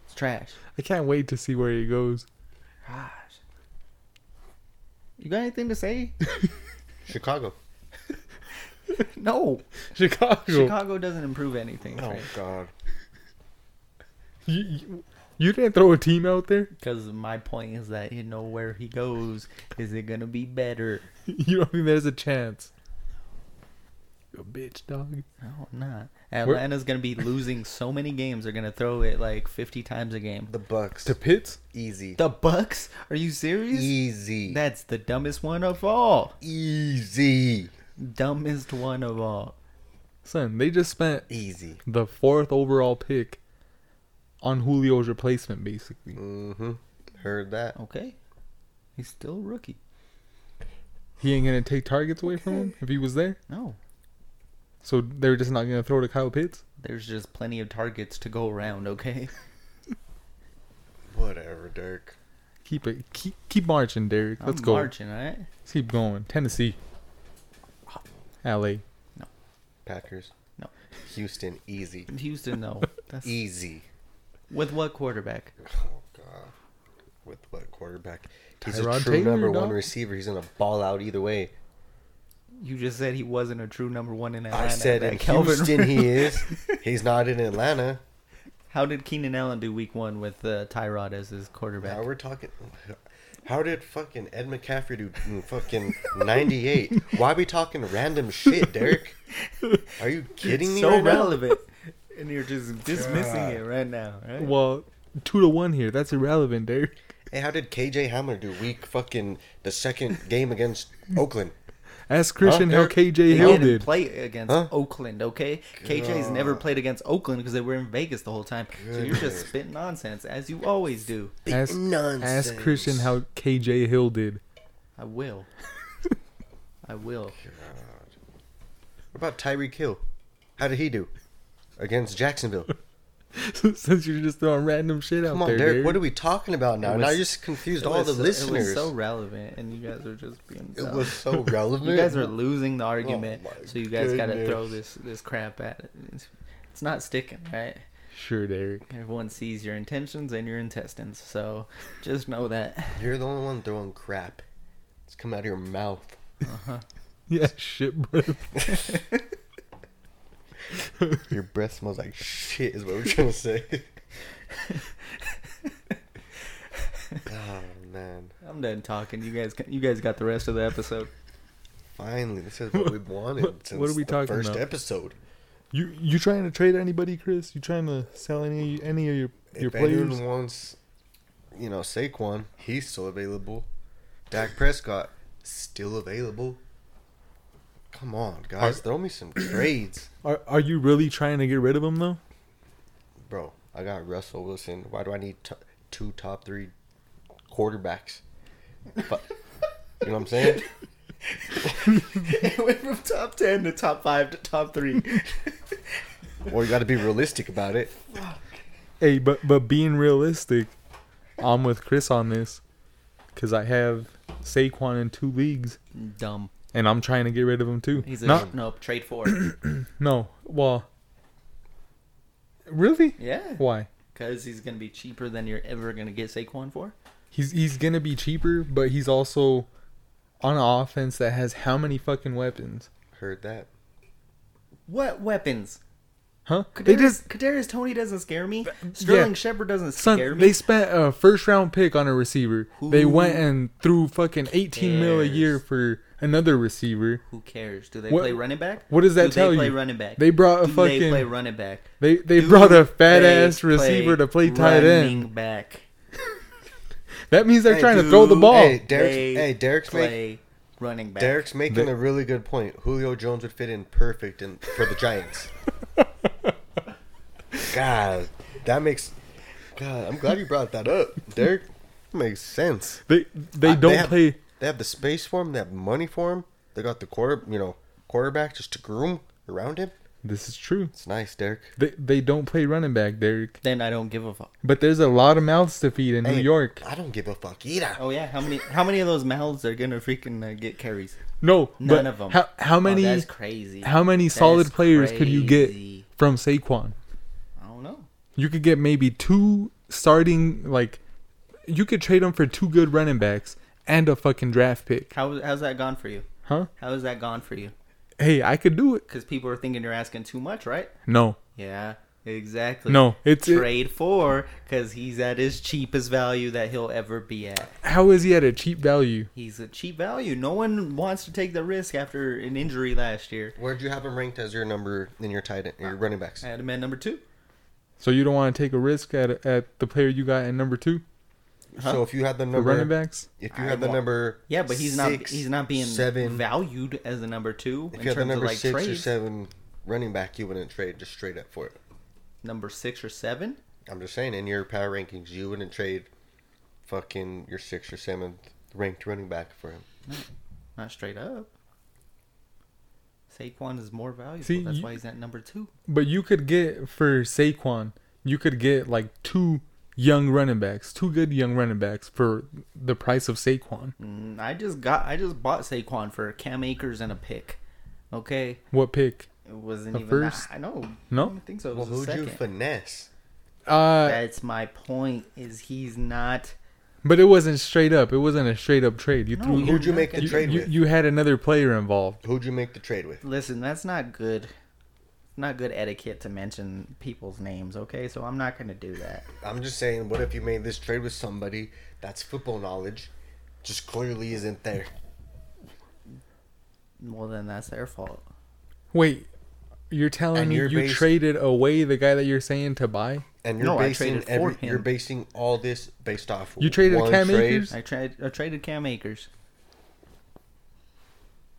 [SPEAKER 2] it's trash.
[SPEAKER 3] I can't wait to see where he goes.
[SPEAKER 2] Gosh, you got anything to say?
[SPEAKER 4] Chicago.
[SPEAKER 2] No,
[SPEAKER 3] Chicago.
[SPEAKER 2] Chicago doesn't improve anything
[SPEAKER 4] Oh God.
[SPEAKER 3] You, you, you didn't throw a team out there.
[SPEAKER 2] because my point is that you know where he goes. Is it gonna be better?
[SPEAKER 3] You don't think there's a chance? You a bitch, dog.
[SPEAKER 2] No, I'm not. Atlanta's going to be losing so many games. They're going to throw it like 50 times a game.
[SPEAKER 4] The Bucks.
[SPEAKER 3] To Pitts?
[SPEAKER 4] Easy.
[SPEAKER 2] The Bucks? Are you serious?
[SPEAKER 4] Easy.
[SPEAKER 2] That's the dumbest one of all.
[SPEAKER 4] Easy.
[SPEAKER 2] Dumbest one of all.
[SPEAKER 3] Son, they just spent
[SPEAKER 4] Easy.
[SPEAKER 3] the fourth overall pick on Julio's replacement, basically.
[SPEAKER 4] Mm-hmm. Heard that.
[SPEAKER 2] Okay. He's still a rookie.
[SPEAKER 3] He ain't gonna take targets away from him if he was there.
[SPEAKER 2] No.
[SPEAKER 3] So they're just not gonna throw to Kyle Pitts.
[SPEAKER 2] There's just plenty of targets to go around, okay?
[SPEAKER 4] Whatever, Dirk.
[SPEAKER 3] Keep it, keep keep marching, Derek. Let's
[SPEAKER 2] I'm
[SPEAKER 3] go.
[SPEAKER 2] marching, all right?
[SPEAKER 3] Let's keep going. Tennessee, LA.
[SPEAKER 4] Packers.
[SPEAKER 2] No.
[SPEAKER 4] Houston. Easy.
[SPEAKER 2] Houston, though. That's...
[SPEAKER 4] Easy.
[SPEAKER 2] With what quarterback?
[SPEAKER 4] Oh God. With what quarterback? He's a
[SPEAKER 3] Tyrod
[SPEAKER 4] true
[SPEAKER 3] Taylor,
[SPEAKER 4] number one
[SPEAKER 3] dog.
[SPEAKER 4] receiver. He's gonna ball out either way.
[SPEAKER 2] You just said he wasn't a true number one in Atlanta.
[SPEAKER 4] I said
[SPEAKER 2] That
[SPEAKER 4] in
[SPEAKER 2] Kelvin-
[SPEAKER 4] Houston he is. He's not in Atlanta.
[SPEAKER 2] How did Keenan Allen do week one with uh, Tyrod as his quarterback?
[SPEAKER 4] Now we're talking. How did fucking Ed McCaffrey do in fucking 98? Why are we talking random shit, Derek? Are you kidding me?
[SPEAKER 2] so
[SPEAKER 4] right now?
[SPEAKER 2] relevant. And you're just dismissing it right now, right?
[SPEAKER 3] Well, two to one here. That's irrelevant, Derek.
[SPEAKER 4] Hey, how did KJ Hamler do week fucking the second game against Oakland?
[SPEAKER 3] Ask Christian how
[SPEAKER 4] Derek?
[SPEAKER 3] KJ
[SPEAKER 2] he
[SPEAKER 3] Hill
[SPEAKER 2] didn't
[SPEAKER 3] did.
[SPEAKER 2] play against
[SPEAKER 4] Huh?
[SPEAKER 2] Oakland, okay? KJ's never played against Oakland because they were in Vegas the whole time. So you're just
[SPEAKER 4] Goodness.
[SPEAKER 2] spitting nonsense, as you always do.
[SPEAKER 3] Ask,
[SPEAKER 4] Nonsense.
[SPEAKER 3] ask Christian how KJ Hill did.
[SPEAKER 2] I will. I will.
[SPEAKER 4] What about Tyreek Hill? How did he do against Jacksonville?
[SPEAKER 3] Since you're just throwing random shit out
[SPEAKER 4] Come on,
[SPEAKER 3] there,
[SPEAKER 4] Derek.
[SPEAKER 3] Derek.
[SPEAKER 4] What are we talking about now?
[SPEAKER 2] It
[SPEAKER 4] now
[SPEAKER 2] was-
[SPEAKER 4] you just confused
[SPEAKER 2] It
[SPEAKER 4] all
[SPEAKER 2] was
[SPEAKER 4] the
[SPEAKER 2] so-
[SPEAKER 4] listeners.
[SPEAKER 2] It was so relevant, and you guys are just being. dumb.
[SPEAKER 4] so relevant.
[SPEAKER 2] you guys are losing the argument,
[SPEAKER 4] Oh my
[SPEAKER 2] so you guys got to
[SPEAKER 4] goodness.
[SPEAKER 2] throw this this crap at it. It's, it's not sticking, right?
[SPEAKER 3] Sure, Derek.
[SPEAKER 2] Everyone sees your intentions and your intestines, so just know that.
[SPEAKER 4] You're the only one throwing crap. It's come out of your mouth.
[SPEAKER 3] Yeah, shit, bro.
[SPEAKER 4] Your breath smells like shit, is what we're trying to say. oh, man.
[SPEAKER 2] I'm done talking. You guys, you guys got the rest of the episode.
[SPEAKER 4] Finally, this is what we wanted
[SPEAKER 3] What-
[SPEAKER 4] since
[SPEAKER 3] what are we
[SPEAKER 4] the
[SPEAKER 3] talking
[SPEAKER 4] first
[SPEAKER 3] about?
[SPEAKER 4] episode.
[SPEAKER 3] You you trying to trade anybody, Chris? You trying to sell any any of your your
[SPEAKER 4] if
[SPEAKER 3] players?
[SPEAKER 4] anyone wants, you know, Saquon, he's still available. Dak Prescott, still available. Come on, guys. throw me some trades.
[SPEAKER 3] Are are you really trying to get rid of him though?
[SPEAKER 4] Bro, I got Russell Wilson. Why do I need t- two top three quarterbacks? Fu- You know what I'm saying?
[SPEAKER 2] it went from top 10 to top 5 to top 3.
[SPEAKER 4] Or you got to be realistic about it.
[SPEAKER 3] Hey, but but being realistic, I'm with Chris on this, because I have Saquon in two leagues,
[SPEAKER 2] Dumb.
[SPEAKER 3] and I'm trying to get rid of him too.
[SPEAKER 2] He's a
[SPEAKER 3] Not
[SPEAKER 2] nope, trade 4.
[SPEAKER 3] no, well, really?
[SPEAKER 2] yeah.
[SPEAKER 3] Why?
[SPEAKER 2] Because he's going to be cheaper than you're ever going to get Saquon for.
[SPEAKER 3] He's he's gonna be cheaper, but he's also on an offense that has how many fucking weapons?
[SPEAKER 4] Heard that.
[SPEAKER 2] What weapons?
[SPEAKER 3] Huh? They
[SPEAKER 2] Kadarius,
[SPEAKER 3] just
[SPEAKER 2] Kadarius Tony doesn't scare me. Sterling Shepard doesn't
[SPEAKER 3] son,
[SPEAKER 2] scare me.
[SPEAKER 3] they spent a first round pick on a receiver. They
[SPEAKER 2] Who
[SPEAKER 3] went and threw fucking eighteen mil a year
[SPEAKER 2] cares?
[SPEAKER 3] for another receiver.
[SPEAKER 2] Who cares? Do they
[SPEAKER 3] What-
[SPEAKER 2] play running back?
[SPEAKER 3] what does that
[SPEAKER 2] Do
[SPEAKER 3] tell
[SPEAKER 2] they play
[SPEAKER 3] you?
[SPEAKER 2] running back?
[SPEAKER 3] They brought a
[SPEAKER 2] Do They
[SPEAKER 3] fucking-
[SPEAKER 2] play running back.
[SPEAKER 3] They they
[SPEAKER 2] Do
[SPEAKER 3] brought a fat
[SPEAKER 2] they
[SPEAKER 3] ass receiver to play tight
[SPEAKER 2] running
[SPEAKER 3] end.
[SPEAKER 2] back.
[SPEAKER 3] That means they're
[SPEAKER 2] Hey,
[SPEAKER 3] trying
[SPEAKER 2] dude.
[SPEAKER 3] to throw the ball.
[SPEAKER 4] Hey, Derek's,
[SPEAKER 2] They
[SPEAKER 4] hey, Derek's making
[SPEAKER 2] play running back.
[SPEAKER 4] Derek's making
[SPEAKER 3] They-
[SPEAKER 4] a really good point. Julio Jones would fit in perfect in, for the Giants. God, that makes. God, I'm glad you brought that up, Derek. Makes sense.
[SPEAKER 3] They they
[SPEAKER 4] Uh,
[SPEAKER 3] don't
[SPEAKER 4] have,
[SPEAKER 3] play.
[SPEAKER 4] They have the space for him. They have money for him. They got the quarter, you know, quarterback just to groom around him.
[SPEAKER 3] This is true.
[SPEAKER 4] It's nice, Derek.
[SPEAKER 3] They they don't play running back, Derek.
[SPEAKER 2] Then I don't give a fuck.
[SPEAKER 3] But there's a lot of mouths to feed in New
[SPEAKER 4] Hey,
[SPEAKER 3] York.
[SPEAKER 4] I don't give a fuck either.
[SPEAKER 2] Oh yeah, how many how many of those mouths are gonna freaking uh, get carries?
[SPEAKER 3] No,
[SPEAKER 2] None
[SPEAKER 3] but
[SPEAKER 2] of them.
[SPEAKER 3] How how many?
[SPEAKER 2] Oh, that's crazy.
[SPEAKER 3] How many
[SPEAKER 2] That's
[SPEAKER 3] solid players could you get
[SPEAKER 2] crazy.
[SPEAKER 3] from Saquon?
[SPEAKER 2] I don't know.
[SPEAKER 3] You could get maybe two starting like you could trade them for two good running backs and a fucking draft pick.
[SPEAKER 2] How how's that gone for you?
[SPEAKER 3] Huh?
[SPEAKER 2] How has that gone for you?
[SPEAKER 3] Hey, I could do it.
[SPEAKER 2] Because people are thinking you're asking too much, right?
[SPEAKER 3] No.
[SPEAKER 2] Yeah, exactly.
[SPEAKER 3] No, it's- it-
[SPEAKER 2] trade for because he's at his cheapest value that he'll ever be at.
[SPEAKER 3] How is he at a cheap value?
[SPEAKER 2] He's a cheap value. No one wants to take the risk after an injury last year.
[SPEAKER 4] Where'd you have him ranked as your number in your tight end, your running backs?
[SPEAKER 2] I had him at number two.
[SPEAKER 3] So you don't want to take a risk at at the player you got in number 2
[SPEAKER 4] So if you had the
[SPEAKER 3] for
[SPEAKER 4] number,
[SPEAKER 3] running backs?
[SPEAKER 4] if you
[SPEAKER 2] I
[SPEAKER 4] had the
[SPEAKER 2] want-
[SPEAKER 4] number,
[SPEAKER 2] Yeah, but he's not
[SPEAKER 4] six,
[SPEAKER 2] he's not being
[SPEAKER 4] seven.
[SPEAKER 2] valued as a number two
[SPEAKER 4] If
[SPEAKER 2] in
[SPEAKER 4] you had
[SPEAKER 2] terms
[SPEAKER 4] the number
[SPEAKER 2] of like
[SPEAKER 4] six or
[SPEAKER 2] trades.
[SPEAKER 4] seven running back, you wouldn't trade just straight up for it.
[SPEAKER 2] Number six or seven.
[SPEAKER 4] I'm just saying, in your power rankings, you wouldn't trade fucking your sixth or seventh ranked running back for him.
[SPEAKER 2] Not straight up. Saquon is more valuable.
[SPEAKER 3] See,
[SPEAKER 2] That's
[SPEAKER 3] you-
[SPEAKER 2] why he's at number two.
[SPEAKER 3] But you could get for Saquon, you could get like two young running backs, two good young running backs for the price of Saquon.
[SPEAKER 2] Mm, I just got I just bought Saquon for Cam Akers and a pick. Okay,
[SPEAKER 3] What pick?
[SPEAKER 2] it wasn't
[SPEAKER 3] The
[SPEAKER 2] even.
[SPEAKER 3] first-
[SPEAKER 2] I know.
[SPEAKER 3] No?
[SPEAKER 2] I don't think so. It
[SPEAKER 4] Well,
[SPEAKER 2] was the
[SPEAKER 4] who'd you
[SPEAKER 2] second.
[SPEAKER 4] finesse?
[SPEAKER 3] Uh
[SPEAKER 2] That's my point. Is he's not.
[SPEAKER 3] but it wasn't straight up. It wasn't a straight up trade. You
[SPEAKER 2] No,
[SPEAKER 3] threw
[SPEAKER 2] you-
[SPEAKER 4] Who'd you
[SPEAKER 2] not
[SPEAKER 4] make the
[SPEAKER 2] gonna-
[SPEAKER 3] you,
[SPEAKER 4] trade
[SPEAKER 3] you,
[SPEAKER 4] with?
[SPEAKER 3] you had another player involved.
[SPEAKER 4] Who'd you make the trade with?
[SPEAKER 2] Listen, that's not good. Not good etiquette to mention people's names. Okay, so I'm not gonna do that.
[SPEAKER 4] I'm just saying, what if you made this trade with somebody that's football knowledge just clearly isn't there?
[SPEAKER 2] Well, then that's their fault.
[SPEAKER 3] Wait, you're telling
[SPEAKER 4] And
[SPEAKER 3] me
[SPEAKER 4] you're
[SPEAKER 3] you
[SPEAKER 4] based-
[SPEAKER 3] traded away the guy that you're saying to buy?
[SPEAKER 4] And you're
[SPEAKER 2] No, I
[SPEAKER 4] basing
[SPEAKER 2] traded for
[SPEAKER 4] every,
[SPEAKER 2] him.
[SPEAKER 4] you're basing all this based off.
[SPEAKER 3] You traded
[SPEAKER 4] one
[SPEAKER 3] Cam
[SPEAKER 4] trade?
[SPEAKER 3] Akers?
[SPEAKER 2] I tried. I traded Cam Akers.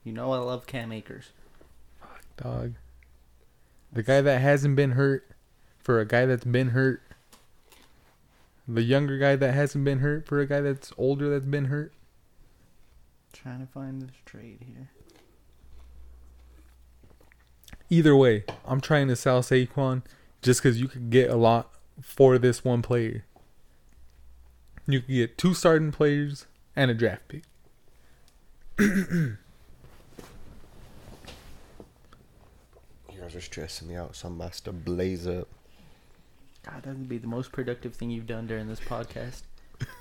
[SPEAKER 2] You know I love Cam Akers.
[SPEAKER 3] Dog. The guy that hasn't been hurt for a guy that's been hurt. The younger guy that hasn't been hurt for a guy that's older that's been hurt.
[SPEAKER 2] Trying to find this trade here.
[SPEAKER 3] Either way, I'm trying to sell Saquon just because you could get a lot for this one player. You could get two starting players and a draft pick.
[SPEAKER 4] You guys are stressing me out, so I'm about to blaze up.
[SPEAKER 2] God, that would be the most productive thing you've done during this podcast.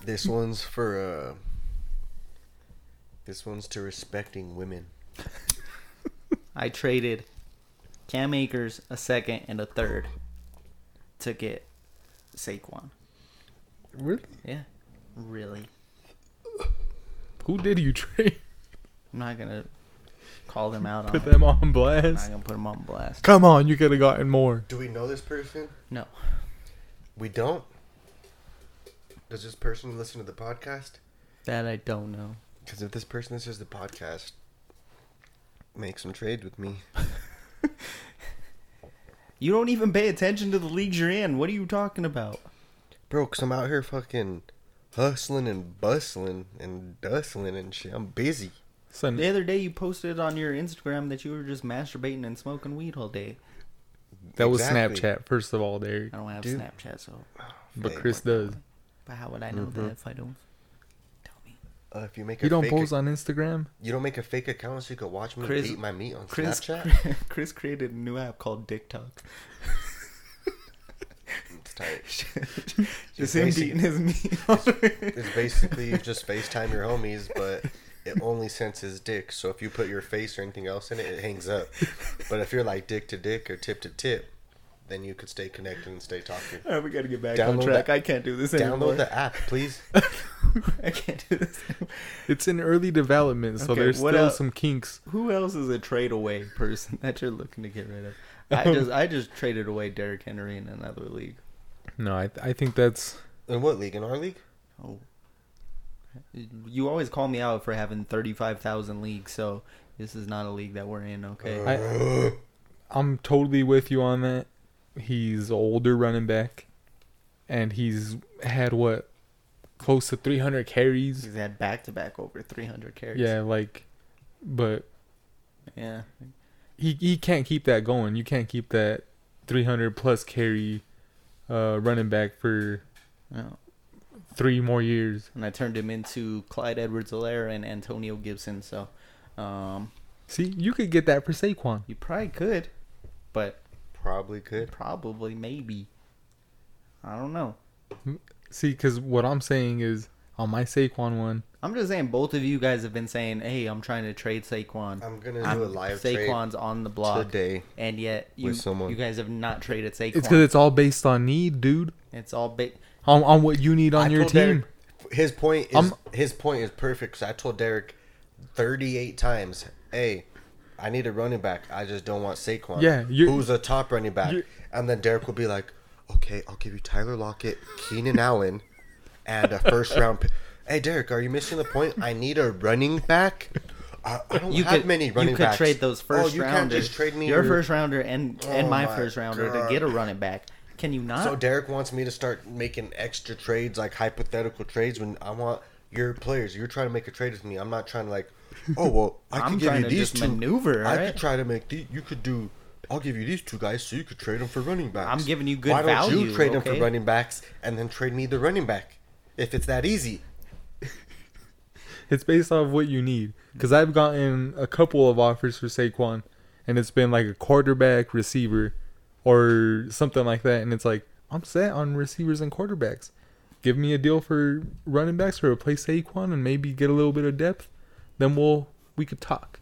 [SPEAKER 4] This one's for uh. This one's to respecting women.
[SPEAKER 2] I traded Cam Akers a second and a third to get Saquon.
[SPEAKER 3] Really?
[SPEAKER 2] Yeah, really.
[SPEAKER 3] Who did you trade?
[SPEAKER 2] I'm not gonna call them out on.
[SPEAKER 3] Put
[SPEAKER 2] it.
[SPEAKER 3] them on
[SPEAKER 2] I'm not
[SPEAKER 3] blast.
[SPEAKER 2] gonna put them on blast.
[SPEAKER 3] Come on, you could have gotten more.
[SPEAKER 4] Do we know this person?
[SPEAKER 2] No,
[SPEAKER 4] We don't. Does this person listen to the podcast?
[SPEAKER 2] that I don't know.
[SPEAKER 4] Because if this person listens to the podcast, make some trades with me.
[SPEAKER 2] You don't even pay attention to the leagues you're in. What are you talking about?
[SPEAKER 4] Bro, because I'm out here fucking hustling and bustling and dustling and shit. I'm busy.
[SPEAKER 3] Son,
[SPEAKER 2] The other day you posted on your Instagram that you were just masturbating and smoking weed all day.
[SPEAKER 3] that was
[SPEAKER 4] Exactly.
[SPEAKER 3] Snapchat, first of all, Derek.
[SPEAKER 2] I don't have
[SPEAKER 4] Dude.
[SPEAKER 2] Snapchat, so
[SPEAKER 3] But
[SPEAKER 4] Hey,
[SPEAKER 3] Chris does.
[SPEAKER 2] but how would I know
[SPEAKER 4] Mm-hmm.
[SPEAKER 2] that if I don't? Tell me.
[SPEAKER 4] Uh, if you make a
[SPEAKER 3] You don't
[SPEAKER 4] fake
[SPEAKER 3] post on Instagram?
[SPEAKER 4] you don't make a fake account so you can watch me
[SPEAKER 2] Chris-
[SPEAKER 4] eat my meat on
[SPEAKER 2] Chris
[SPEAKER 4] Snapchat.
[SPEAKER 2] Chris created a new app called TikTok.
[SPEAKER 4] It's tight.
[SPEAKER 2] just him
[SPEAKER 4] basic-
[SPEAKER 2] beating his meat.
[SPEAKER 4] It's basically you just FaceTime your homies, but it only senses dick. So if you put your face or anything else in it, it hangs up. But if you're like dick to dick or tip to tip, then you could stay connected and stay talking.
[SPEAKER 2] All right, we gotta get back on
[SPEAKER 4] Download
[SPEAKER 2] track.
[SPEAKER 4] the-
[SPEAKER 2] I can't do this anymore.
[SPEAKER 4] Download the app, please.
[SPEAKER 2] I can't do this. Anymore.
[SPEAKER 3] It's in early development, so
[SPEAKER 2] Okay,
[SPEAKER 3] there's
[SPEAKER 2] what
[SPEAKER 3] still
[SPEAKER 2] else?
[SPEAKER 3] some kinks.
[SPEAKER 2] Who else is a trade away person that you're looking to get rid of? I
[SPEAKER 4] Um,
[SPEAKER 2] just I just traded away Derrick Henry in another league.
[SPEAKER 3] No, I, I think that's
[SPEAKER 4] In what league? In our league?
[SPEAKER 2] Oh, you always call me out for having thirty-five thousand leagues, so this is not a league that we're in. Okay,
[SPEAKER 3] I, I'm totally with you on that. He's a older running back, and he's had what close to 300 carries.
[SPEAKER 2] he's had back-to-back over three hundred carries.
[SPEAKER 3] Yeah, like, but
[SPEAKER 2] yeah.
[SPEAKER 3] he he can't keep that going. You can't keep that 300 plus carry uh, running back for
[SPEAKER 2] No.
[SPEAKER 3] three more years.
[SPEAKER 2] And I turned him into Clyde Edwards-Helaire and Antonio Gibson. So, um,
[SPEAKER 3] See, you could get that for Saquon.
[SPEAKER 2] you probably could, but
[SPEAKER 4] Probably could.
[SPEAKER 2] probably maybe. I don't know.
[SPEAKER 3] See, because what I'm saying is on my Saquon one,
[SPEAKER 2] I'm just saying, both of you guys have been saying, "Hey, I'm trying to trade Saquon."
[SPEAKER 4] I'm gonna do
[SPEAKER 2] I'm-
[SPEAKER 4] a live
[SPEAKER 2] Saquon's on the block
[SPEAKER 4] today
[SPEAKER 2] and yet you
[SPEAKER 4] with someone.
[SPEAKER 2] you guys have not traded Saquon.
[SPEAKER 3] it's
[SPEAKER 2] It's,
[SPEAKER 3] because it's all based on need, dude.
[SPEAKER 2] all ba-
[SPEAKER 3] On, on what you need on
[SPEAKER 4] I
[SPEAKER 3] your
[SPEAKER 4] told
[SPEAKER 3] team.
[SPEAKER 4] Derek- his point is
[SPEAKER 3] I'm-
[SPEAKER 4] his point is perfect. 'cause I told Derek thirty-eight times, "Hey, I need a running back. I just don't want Saquon.
[SPEAKER 3] Yeah, you're-
[SPEAKER 4] who's a top running back?"
[SPEAKER 3] you're-
[SPEAKER 4] And then Derek will be like, "Okay, I'll give you Tyler Lockett, Keenan Allen, and a first round." pick. Hey, Derek, are you missing the point? I need a running back. I, I don't
[SPEAKER 2] you
[SPEAKER 4] have
[SPEAKER 2] could
[SPEAKER 4] many running
[SPEAKER 2] you could
[SPEAKER 4] backs.
[SPEAKER 2] trade those first
[SPEAKER 4] oh, you
[SPEAKER 2] rounders.
[SPEAKER 4] can't just trade me
[SPEAKER 2] your
[SPEAKER 4] your-
[SPEAKER 2] first rounder and and
[SPEAKER 4] Oh
[SPEAKER 2] my,
[SPEAKER 4] my
[SPEAKER 2] first rounder
[SPEAKER 4] God.
[SPEAKER 2] to get a running back. Can you not?
[SPEAKER 4] So Derek wants me to start making extra trades, like hypothetical trades, when I want your players. You're trying to make a trade with me. I'm not trying to like, oh well, I
[SPEAKER 2] I'm
[SPEAKER 4] can give
[SPEAKER 2] trying
[SPEAKER 4] you
[SPEAKER 2] to
[SPEAKER 4] these
[SPEAKER 2] just
[SPEAKER 4] two.
[SPEAKER 2] maneuver,
[SPEAKER 4] I
[SPEAKER 2] alright?
[SPEAKER 4] could try to make the. You could do. I'll give you these two guys, so you could trade them for running backs.
[SPEAKER 2] I'm giving you good
[SPEAKER 4] Why don't
[SPEAKER 2] value,
[SPEAKER 4] you trade them
[SPEAKER 2] okay?
[SPEAKER 4] for running backs and then trade me the running back? If it's that easy,
[SPEAKER 3] It's based off what you need. Because I've gotten a couple of offers for Saquon, and it's been like a quarterback, receiver, or something like that. And it's like, I'm set on receivers and quarterbacks. Give me a deal for running backs to replace Saquon and maybe get a little bit of depth. Then we'll we could talk.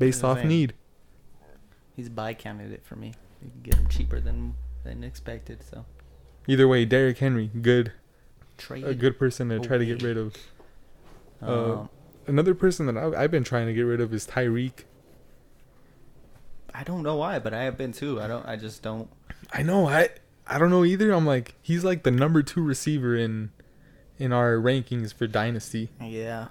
[SPEAKER 3] Based
[SPEAKER 2] Yeah,
[SPEAKER 3] off
[SPEAKER 2] same.
[SPEAKER 3] need.
[SPEAKER 2] He's buy counted it for me. You can get him cheaper than than expected. So
[SPEAKER 3] Either way, Derrick Henry, good
[SPEAKER 2] trade.
[SPEAKER 3] a good person to try to get
[SPEAKER 2] Okay.
[SPEAKER 3] rid of. Uh,
[SPEAKER 2] Um,
[SPEAKER 3] another person that I've, I've been trying to get rid of is Tyreek.
[SPEAKER 2] I don't know why, but I have been too. I don't. I just don't.
[SPEAKER 3] I know. I I don't know either. I'm like he's like the number two receiver in in our rankings for dynasty,
[SPEAKER 2] Yeah.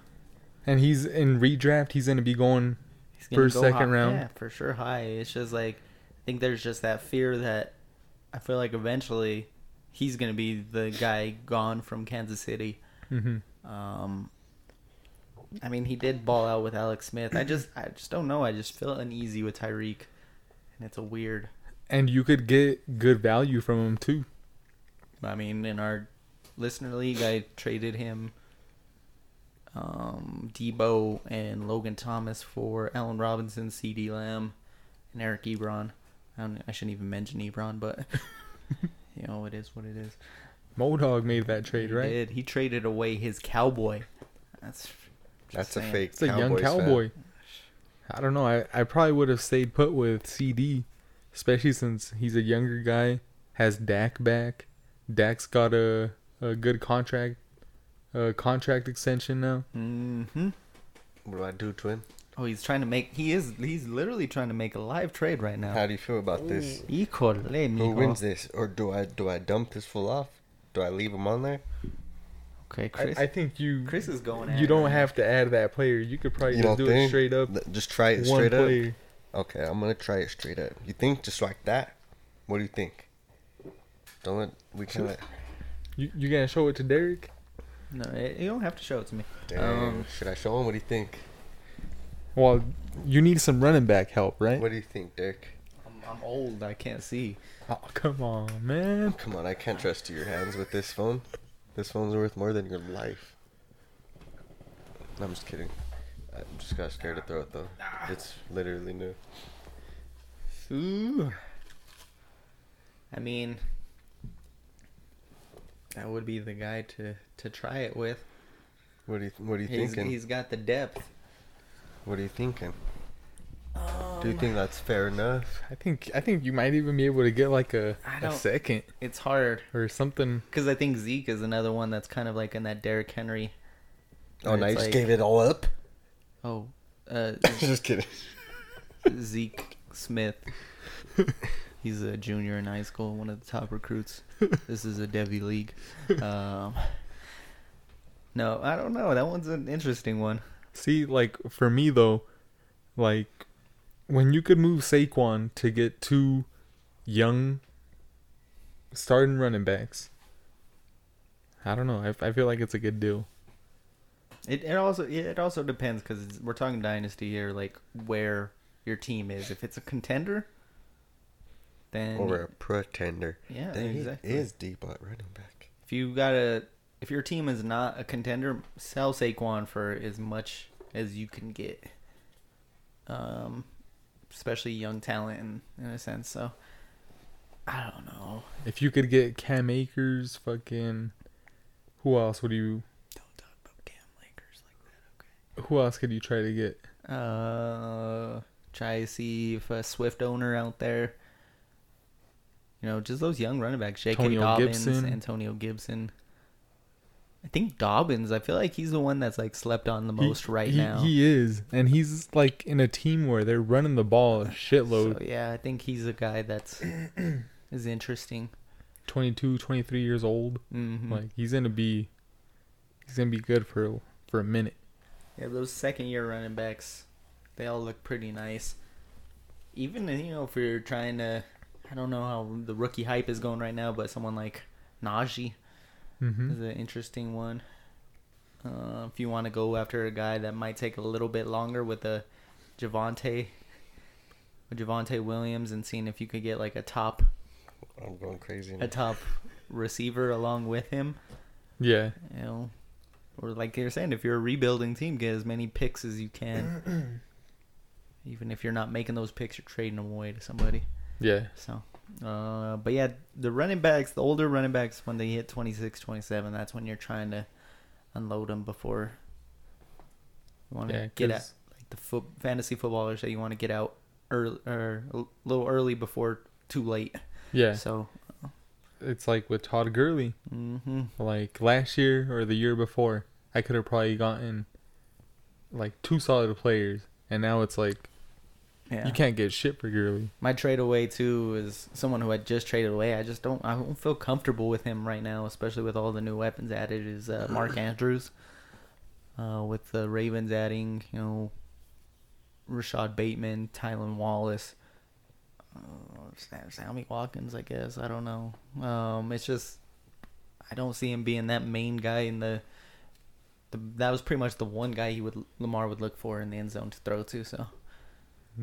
[SPEAKER 3] and he's in redraft. He's gonna be going.
[SPEAKER 2] He's gonna
[SPEAKER 3] First,
[SPEAKER 2] go
[SPEAKER 3] second
[SPEAKER 2] high-
[SPEAKER 3] round.
[SPEAKER 2] Yeah, for sure high. It's just like I think there's just that fear that I feel like eventually he's gonna be the guy gone from Kansas City.
[SPEAKER 3] Mhm.
[SPEAKER 2] Um, I mean, he did ball out with Alex Smith. I just, I just don't know. I just feel uneasy with Tyreek, and it's a weird.
[SPEAKER 3] And you could get good value from him too.
[SPEAKER 2] I mean, in our listener league, I traded him, um, Debo and Logan Thomas for Allen Robinson, C.D. Lamb, and Eric Ebron. I, don't, I shouldn't even mention Ebron, but you know it is what it is.
[SPEAKER 3] Modog made that trade,
[SPEAKER 2] He
[SPEAKER 3] right?
[SPEAKER 2] did. He traded away his cowboy. That's just
[SPEAKER 4] that's a
[SPEAKER 2] saying.
[SPEAKER 4] fake.
[SPEAKER 3] It's a young
[SPEAKER 4] Cowboys fan.
[SPEAKER 3] cowboy. I don't know. I, I probably would have stayed put with CD, especially since he's a younger guy, has Dak back. Dak's got a, a good contract uh contract extension now.
[SPEAKER 2] Mhm.
[SPEAKER 4] What do I do, twin?
[SPEAKER 2] Oh, he's trying to make. He is. He's literally trying to make a live trade right now.
[SPEAKER 4] How do you feel about this?
[SPEAKER 2] Híjole,
[SPEAKER 4] Who
[SPEAKER 2] mijo.
[SPEAKER 4] wins this, or do I do I dump this fool off? Do I leave him on there?
[SPEAKER 2] Okay,
[SPEAKER 3] I,
[SPEAKER 2] Chris.
[SPEAKER 3] I think you
[SPEAKER 2] Chris is going. at
[SPEAKER 3] you
[SPEAKER 2] it
[SPEAKER 3] don't
[SPEAKER 2] right now.
[SPEAKER 3] have to add that player. You could probably
[SPEAKER 4] You
[SPEAKER 3] just
[SPEAKER 4] don't
[SPEAKER 3] do
[SPEAKER 4] think?
[SPEAKER 3] it straight up.
[SPEAKER 4] Th- Just try it
[SPEAKER 3] one
[SPEAKER 4] straight up.
[SPEAKER 3] player.
[SPEAKER 4] Okay, I'm gonna try it straight up. You think just like that? What do you think? Don't let we can let
[SPEAKER 3] You, you gonna show it to Derek?
[SPEAKER 2] No, eh, you don't have to show it to me.
[SPEAKER 4] Dang,
[SPEAKER 2] Um,
[SPEAKER 4] should I show him? What do you think?
[SPEAKER 3] Well, you need some running back help, right?
[SPEAKER 4] What do you think, Derek?
[SPEAKER 2] I'm, I'm old. I can't see.
[SPEAKER 3] Oh, come on, man.
[SPEAKER 4] Come on, I can't trust your hands with this phone. This phone's worth more than your life. No, I'm just kidding. I just got scared to throw it though. It's literally new.
[SPEAKER 2] Ooh. I mean, that would be the guy to to try it with.
[SPEAKER 4] What do you What are you
[SPEAKER 2] He's,
[SPEAKER 4] thinking?
[SPEAKER 2] he's got the depth.
[SPEAKER 4] What are you thinking?
[SPEAKER 2] Um,
[SPEAKER 4] do you think that's fair enough?
[SPEAKER 3] I think I think you might even be able to get like a,
[SPEAKER 2] I
[SPEAKER 3] a
[SPEAKER 2] don't-
[SPEAKER 3] second
[SPEAKER 2] It's hard
[SPEAKER 3] or something.
[SPEAKER 2] because I think Zeke is another one that's kind of like in that Derrick Henry.
[SPEAKER 4] Oh,
[SPEAKER 2] and
[SPEAKER 4] now
[SPEAKER 2] it's
[SPEAKER 4] you just
[SPEAKER 2] like-
[SPEAKER 4] gave it all up.
[SPEAKER 2] Oh, uh,
[SPEAKER 4] just kidding.
[SPEAKER 2] Zeke Smith. He's a junior in high school, one of the top recruits. This is a Devi league. Um, no, I don't know. That one's an interesting one.
[SPEAKER 3] See, like for me though, like when you could move Saquon to get two young starting running backs, I don't know. I, I feel like it's a good deal.
[SPEAKER 2] It, it also yeah, it also depends because we're talking dynasty here, like where your team is. If it's a contender, then
[SPEAKER 4] Or a pretender.
[SPEAKER 2] Yeah,
[SPEAKER 4] Dang, he
[SPEAKER 2] exactly.
[SPEAKER 4] Is D bot running back?
[SPEAKER 2] if you got a if your team is not a contender, sell Saquon for as much as you can get. Um, especially young talent in, in a sense. So I don't know.
[SPEAKER 3] If you could get Cam Akers, fucking, who else would you?
[SPEAKER 2] Don't talk about Cam Lakers like
[SPEAKER 3] Who else could you try to get?
[SPEAKER 2] that. Okay. Uh, try to see if a Swift owner out there. You know, just those young running backs, J.K.
[SPEAKER 3] Antonio
[SPEAKER 2] Dobbins,
[SPEAKER 3] Gibson.
[SPEAKER 2] Antonio Gibson. I think Dobbins. I feel like he's the one that's like slept on the
[SPEAKER 3] He-
[SPEAKER 2] most right
[SPEAKER 3] he,
[SPEAKER 2] now.
[SPEAKER 3] He is, and he's like in a team where they're running the ball a shitload.
[SPEAKER 2] So yeah, I think he's a guy that's is interesting.
[SPEAKER 3] 22, 23 years old.
[SPEAKER 2] Mm-hmm.
[SPEAKER 3] Like he's gonna be, he's gonna be good for for a minute.
[SPEAKER 2] yeah, those second year running backs, they all look pretty nice. Even you know if you're trying to, I don't know how the rookie hype is going right now, but someone like Najee
[SPEAKER 3] Mm-hmm.
[SPEAKER 2] is an interesting one. Uh, if you want to go after a guy that might take a little bit longer with a Javante, with Javante Williams, and seeing if you could get like a top
[SPEAKER 4] I'm going crazy.
[SPEAKER 2] a
[SPEAKER 4] Now.
[SPEAKER 2] top receiver along with him.
[SPEAKER 3] Yeah,
[SPEAKER 2] you know, or like you're saying, if you're a rebuilding team, get as many picks as you can. Even if you're not making those picks, you're trading them away to somebody.
[SPEAKER 3] yeah.
[SPEAKER 2] So, uh, but yeah, the running backs, the older running backs, when they hit 26, 27, that's when you're trying to unload them before you want to
[SPEAKER 3] Yeah,
[SPEAKER 2] get out.
[SPEAKER 3] 'cause-
[SPEAKER 2] Like the fo- fantasy footballers that you want to get out early, or a little early before too late.
[SPEAKER 3] Yeah,
[SPEAKER 2] So,
[SPEAKER 3] it's like with Todd Gurley.
[SPEAKER 2] hmm
[SPEAKER 3] Like last year or the year before, I could have probably gotten like two solid players, and now it's like
[SPEAKER 2] yeah.
[SPEAKER 3] you can't get shit for Gurley.
[SPEAKER 2] My trade away too is someone who I just traded away. I just don't. I don't feel comfortable with him right now, especially with all the new weapons added. Is uh, Mark Andrews uh, with the Ravens adding, you know, Rashad Bateman, Tylen Wallace, uh, Sam- Sammy Watkins. I guess I don't know. Um, it's just I don't see him being that main guy in the. the that was pretty much the one guy he would Lamar would look for in the end zone to throw to. So.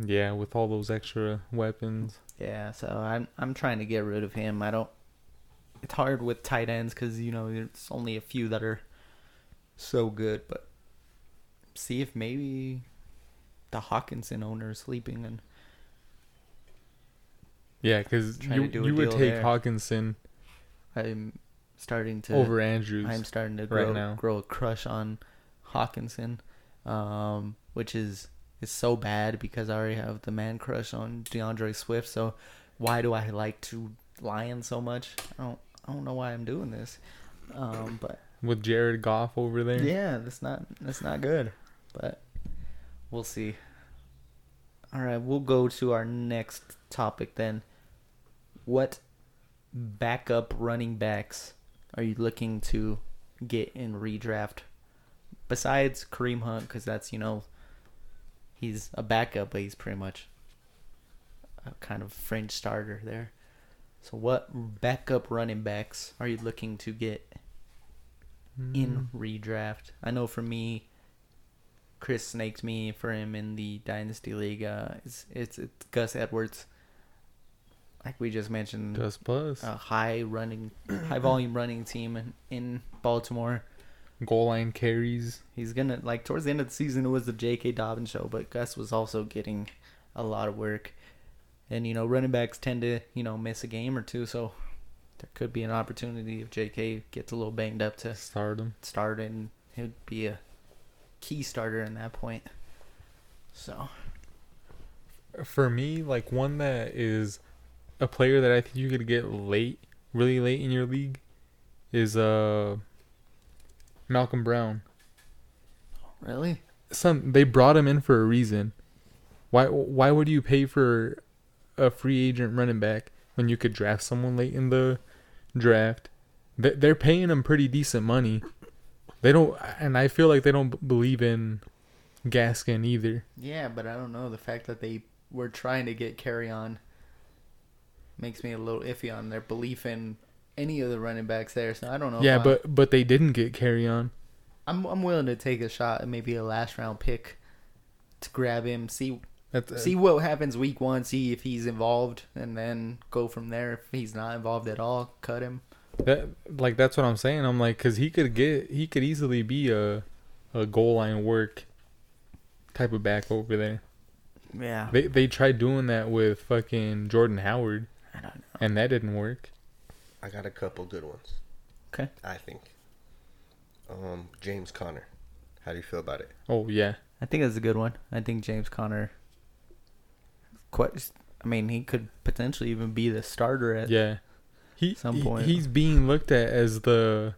[SPEAKER 3] Yeah, with all those extra weapons.
[SPEAKER 2] Yeah, so I'm I'm trying to get rid of him. I don't. It's hard with tight ends because you know there's only a few that are so good. But see if maybe the Hawkinson owner is sleeping and
[SPEAKER 3] Yeah, because
[SPEAKER 2] Trying to
[SPEAKER 3] you,
[SPEAKER 2] do a
[SPEAKER 3] you would
[SPEAKER 2] deal
[SPEAKER 3] take
[SPEAKER 2] there.
[SPEAKER 3] Hawkinson
[SPEAKER 2] I'm starting to
[SPEAKER 3] over Andrews.
[SPEAKER 2] I'm starting to
[SPEAKER 3] right
[SPEAKER 2] grow
[SPEAKER 3] now.
[SPEAKER 2] grow a crush on Hawkinson, um, which is is so bad because I already have the man crush on DeAndre Swift. So why do I like to lion so much? I don't I don't know why I'm doing this, um, but
[SPEAKER 3] with Jared Goff over there.
[SPEAKER 2] yeah, that's not that's not good. But we'll see. All right, we'll go to our next topic then. What backup running backs are you looking to get in redraft besides Kareem Hunt cuz that's, you know, he's a backup, but he's pretty much a kind of fringe starter there. So, what backup running backs are you looking to get in redraft? I know for me, Chris snaked me for him in the Dynasty League. Uh, it's, it's it's Gus Edwards, like we just mentioned,
[SPEAKER 3] Just plus
[SPEAKER 2] a high running, high volume running team in, in Baltimore.
[SPEAKER 3] goal line carries.
[SPEAKER 2] He's gonna like towards the end of the season it was the J.K. Dobbins show, but Gus was also getting a lot of work, and you know running backs tend to you know miss a game or two, so there could be an opportunity if J.K. gets a little banged up to
[SPEAKER 3] Start him.
[SPEAKER 2] start and he'd be a key starter in that point. So
[SPEAKER 3] For me, like one that is a player that I think you could get late, really late in your league, is uh Malcolm Brown.
[SPEAKER 2] really,
[SPEAKER 3] Some they brought him in for a reason. Why why would you pay for a free agent running back when you could draft someone late in the draft? They- They're paying him pretty decent money. They don't, and I feel like they don't b- believe in Gaskin either.
[SPEAKER 2] yeah, but I don't know the fact that they were trying to get carry on makes me a little iffy on their belief in any of the running backs there. So I don't know. if
[SPEAKER 3] yeah,
[SPEAKER 2] I-
[SPEAKER 3] but but they didn't get carry on.
[SPEAKER 2] I'm I'm willing to take a shot at maybe a last round pick to grab him, see
[SPEAKER 3] That's,
[SPEAKER 2] see what happens week one, see if he's involved, and then go from there. If he's not involved at all, cut him.
[SPEAKER 3] that like that's what I'm saying. I'm like, cause he could get he could easily be a a goal line work type of back over there.
[SPEAKER 2] Yeah,
[SPEAKER 3] They they tried doing that with fucking Jordan Howard,
[SPEAKER 2] I don't know.
[SPEAKER 3] and that didn't work.
[SPEAKER 4] I got a couple good ones.
[SPEAKER 2] Okay.
[SPEAKER 4] I think. Um, James Conner. How do you feel about it?
[SPEAKER 3] Oh yeah,
[SPEAKER 2] I think that's a good one. I think James Conner. Quite, I mean, he could potentially even be the starter at.
[SPEAKER 3] yeah. He,
[SPEAKER 2] Some
[SPEAKER 3] he-
[SPEAKER 2] point.
[SPEAKER 3] he's being looked at as the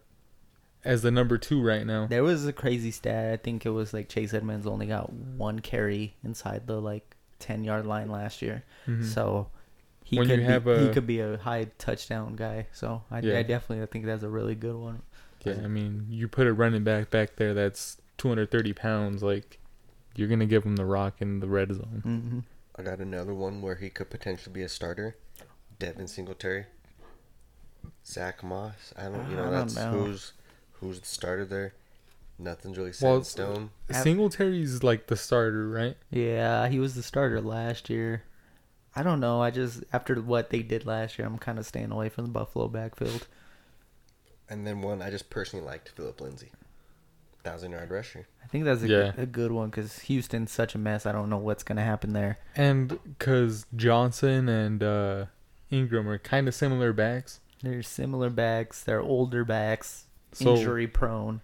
[SPEAKER 3] as the number two right now.
[SPEAKER 2] There was a crazy stat. I think it was like Chase Edmonds only got one carry inside the like ten yard line last year. So he
[SPEAKER 3] Mm-hmm. When you
[SPEAKER 2] could
[SPEAKER 3] have
[SPEAKER 2] be, he
[SPEAKER 3] a-
[SPEAKER 2] could be a high touchdown guy. So I,
[SPEAKER 3] Yeah.
[SPEAKER 2] I definitely I think that's a really good one.
[SPEAKER 3] Yeah, I mean, you put a running back back there that's 230 pounds, like you're gonna give him the rock in the red zone.
[SPEAKER 2] hmm
[SPEAKER 4] I got another one where he could potentially be a starter. Devin Singletary. Zach Moss. I don't. You
[SPEAKER 2] I
[SPEAKER 4] know
[SPEAKER 2] don't
[SPEAKER 4] that's
[SPEAKER 2] know.
[SPEAKER 4] who's who's the starter there. Nothing's really set
[SPEAKER 3] Well,
[SPEAKER 4] in stone.
[SPEAKER 2] Ab-
[SPEAKER 3] Singletary's like the starter, right?
[SPEAKER 2] Yeah, he was the starter last year. I don't know. I just after what they did last year, I'm kind of staying away from the Buffalo backfield.
[SPEAKER 4] And then one I just personally liked, Philip Lindsay. Thousand yard rusher.
[SPEAKER 2] I think that's a,
[SPEAKER 3] Yeah.
[SPEAKER 2] a good one because Houston's such a mess. I don't know what's gonna happen there.
[SPEAKER 3] And because Johnson and uh, Ingram are kind of similar backs,
[SPEAKER 2] They're similar backs. They're older backs.
[SPEAKER 3] So-
[SPEAKER 2] injury prone.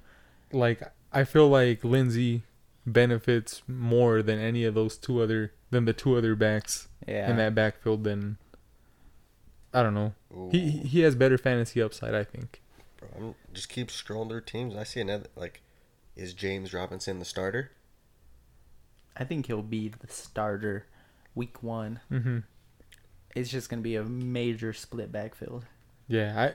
[SPEAKER 3] like I feel like Lindsey benefits more than any of those two other than the two other backs
[SPEAKER 2] Yeah.
[SPEAKER 3] in that backfield. Than I don't know. He he- he has better fantasy upside, I think.
[SPEAKER 4] Bro, I'm just keep scrolling through teams. I see another like, is James Robinson the starter?
[SPEAKER 2] I think he'll be the starter week one.
[SPEAKER 4] Mm-hmm.
[SPEAKER 3] hmm
[SPEAKER 2] It's just going to be a major split backfield.
[SPEAKER 3] Yeah, I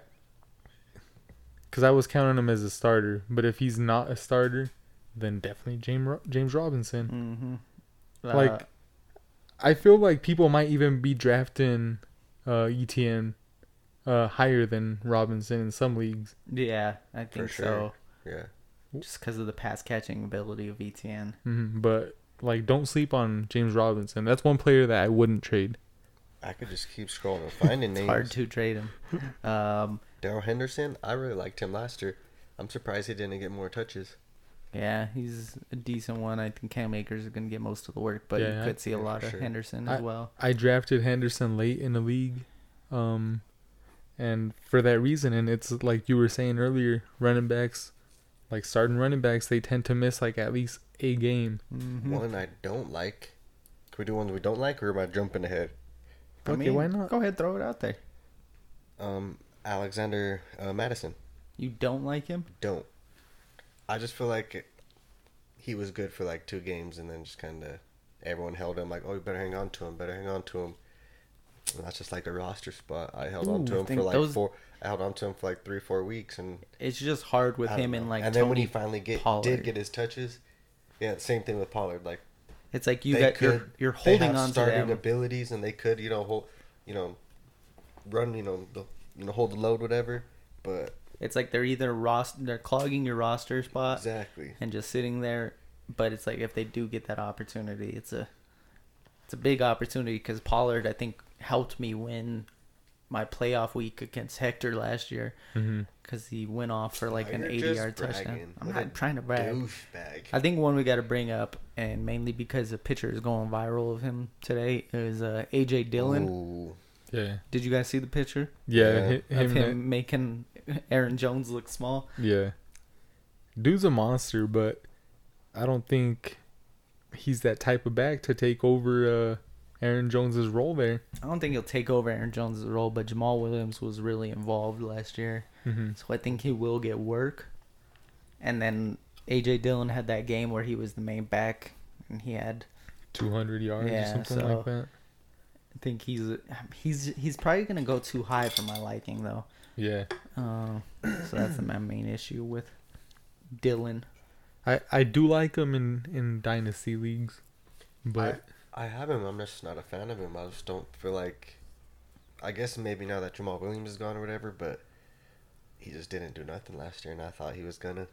[SPEAKER 3] because I was counting him as a starter, but if he's not a starter, then definitely James Ro- James Robinson.
[SPEAKER 2] Mm-hmm.
[SPEAKER 3] Like, I feel like people might even be drafting uh, ETN uh, higher than Robinson in some leagues.
[SPEAKER 2] yeah, I think so.
[SPEAKER 4] sure. Yeah.
[SPEAKER 2] Just because of the pass catching ability of ETN.
[SPEAKER 3] hmm But like, don't sleep on James Robinson. That's one player that I wouldn't trade.
[SPEAKER 4] I could just keep scrolling and finding names.
[SPEAKER 2] Hard to trade him. Um,
[SPEAKER 4] Daryl Henderson, I really liked him last year. I'm surprised he didn't get more touches.
[SPEAKER 2] yeah, he's a decent one. I think Cam Akers is going to get most of the work, but
[SPEAKER 3] Yeah,
[SPEAKER 2] you could see a
[SPEAKER 4] yeah,
[SPEAKER 2] lot
[SPEAKER 4] for
[SPEAKER 2] of
[SPEAKER 4] sure.
[SPEAKER 2] Henderson as well.
[SPEAKER 3] I drafted Henderson late in the league, um, and for that reason. And it's like you were saying earlier, running backs, like starting running backs, they tend to miss like at least a game.
[SPEAKER 2] Mm-hmm.
[SPEAKER 4] One I don't like. Can we do ones we don't like, or am I jumping ahead?
[SPEAKER 2] I
[SPEAKER 3] Okay,
[SPEAKER 2] mean,
[SPEAKER 3] why not?
[SPEAKER 2] Go ahead, throw it out there.
[SPEAKER 4] Um, Alexander uh, Madison,
[SPEAKER 2] You don't like him?
[SPEAKER 4] don't. I just feel like it, he was good for like two games, and then just kind of everyone held him like, oh, you better hang on to him, better hang on to him. And that's just like a roster spot. I held on
[SPEAKER 2] I
[SPEAKER 4] to him for
[SPEAKER 2] think
[SPEAKER 4] like
[SPEAKER 2] those-
[SPEAKER 4] four. I held on to him for like three, four weeks, and
[SPEAKER 2] It's just hard with
[SPEAKER 4] I don't
[SPEAKER 2] him and
[SPEAKER 4] know.
[SPEAKER 2] like
[SPEAKER 4] and then
[SPEAKER 2] Tony
[SPEAKER 4] when he finally get
[SPEAKER 2] Pollard.
[SPEAKER 4] did get his touches, yeah, same thing with Pollard. Like
[SPEAKER 2] It's like you
[SPEAKER 4] they
[SPEAKER 2] got
[SPEAKER 4] could
[SPEAKER 2] you're, you're
[SPEAKER 4] they
[SPEAKER 2] holding
[SPEAKER 4] have
[SPEAKER 2] on to
[SPEAKER 4] starting
[SPEAKER 2] them.
[SPEAKER 4] abilities, and they could you know hold you know run, you know, the, you know, hold the load, whatever. But
[SPEAKER 2] It's like they're either ros- they're clogging your roster spot
[SPEAKER 4] exactly,
[SPEAKER 2] and just sitting there. But it's like if they do get that opportunity, it's a it's a big opportunity because Pollard, I think, helped me win my playoff week against Hector last year because he went off for like
[SPEAKER 4] Oh,
[SPEAKER 2] an
[SPEAKER 4] you're
[SPEAKER 2] 80
[SPEAKER 4] just
[SPEAKER 2] yard touchdown.
[SPEAKER 4] bragging.
[SPEAKER 2] I'm
[SPEAKER 4] What a
[SPEAKER 2] not trying to brag.
[SPEAKER 4] douchebag.
[SPEAKER 2] I think one we got to bring up, and mainly because the picture is going viral of him today, is uh, AJ Dillon.
[SPEAKER 4] Ooh.
[SPEAKER 3] Yeah.
[SPEAKER 2] Did you guys see the picture
[SPEAKER 3] Yeah. hi-
[SPEAKER 2] of
[SPEAKER 3] Him,
[SPEAKER 2] him making Aaron Jones look small?
[SPEAKER 3] Yeah. Dude's a monster, but I don't think he's that type of back to take over uh, Aaron Jones's role there.
[SPEAKER 2] I don't think he'll take over Aaron Jones' role, but Jamal Williams was really involved last year,
[SPEAKER 4] Mm-hmm.
[SPEAKER 3] Mhm.
[SPEAKER 2] so I think he will get work. And then AJ Dillon had that game where he was the main back, and he had
[SPEAKER 3] 200 yards
[SPEAKER 2] Yeah,
[SPEAKER 3] or something
[SPEAKER 2] so-
[SPEAKER 3] like that.
[SPEAKER 2] I think he's he's he's probably gonna go too high for my liking though.
[SPEAKER 3] Yeah.
[SPEAKER 2] Uh, so that's my main issue with Dillon.
[SPEAKER 3] I, I do like him in, in dynasty leagues, but
[SPEAKER 4] I have him. I'm just not a fan of him. I just don't feel like. I guess maybe now that Jamal Williams is gone or whatever, but he just didn't do nothing last year, and I thought he was gonna.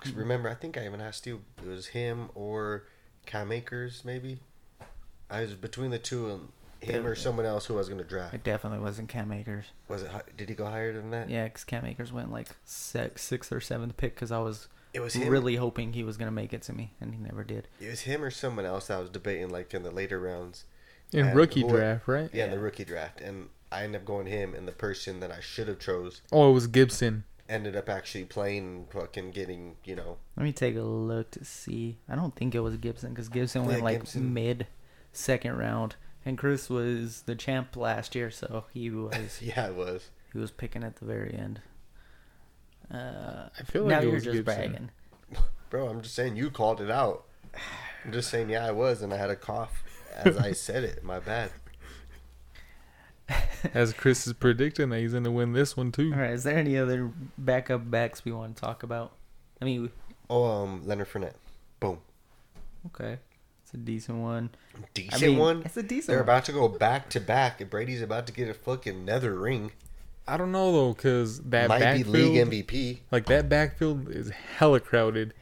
[SPEAKER 4] 'Cause remember, I think I even asked you. It was him or Cam Akers, maybe. I was between the two, and him or someone else who I was gonna draft.
[SPEAKER 2] It definitely wasn't Cam Akers.
[SPEAKER 4] Was it? hi- Did he go higher than that?
[SPEAKER 2] Yeah, because Cam Akers went like six, sixth or seventh pick because I was
[SPEAKER 4] It was him.
[SPEAKER 2] really hoping he was gonna make it to me, and he never did.
[SPEAKER 4] It was him or someone else that I was debating like in the later rounds.
[SPEAKER 3] in
[SPEAKER 4] and
[SPEAKER 3] rookie
[SPEAKER 4] who-
[SPEAKER 3] draft, right?
[SPEAKER 4] Yeah, in the rookie draft, and I ended up going him, and the person that I should have chose
[SPEAKER 3] Oh, it was Gibson.
[SPEAKER 4] ended up actually playing and fucking getting, you know,
[SPEAKER 2] Let me take a look to see. I don't think it was Gibson because Gibson went
[SPEAKER 4] Yeah,
[SPEAKER 2] like
[SPEAKER 4] Gibson.
[SPEAKER 2] mid second round, and Chris was the champ last year, so he was
[SPEAKER 4] yeah, it was.
[SPEAKER 2] he was picking at the very end. Uh,
[SPEAKER 3] I feel like
[SPEAKER 2] now
[SPEAKER 3] it
[SPEAKER 2] you're
[SPEAKER 3] was
[SPEAKER 2] just
[SPEAKER 3] Gibson.
[SPEAKER 2] bragging.
[SPEAKER 4] Bro, I'm just saying you called it out. I'm just saying, yeah, I was, and I had a cough as I said it. My bad.
[SPEAKER 3] As Chris is predicting that he's going to win this one too.
[SPEAKER 2] All right, is there any other backup backs we want to talk about? I mean,
[SPEAKER 4] Oh, um, Leonard Fournette. Boom.
[SPEAKER 2] okay, it's a decent one.
[SPEAKER 4] Decent
[SPEAKER 2] mean,
[SPEAKER 4] one.
[SPEAKER 2] it's a decent
[SPEAKER 4] They're
[SPEAKER 2] one.
[SPEAKER 4] about to go back to back, and Brady's about to get a fucking nether ring.
[SPEAKER 3] I don't know though, because that
[SPEAKER 4] Might
[SPEAKER 3] backfield,
[SPEAKER 4] be league MVP.
[SPEAKER 3] like that backfield is hella crowded,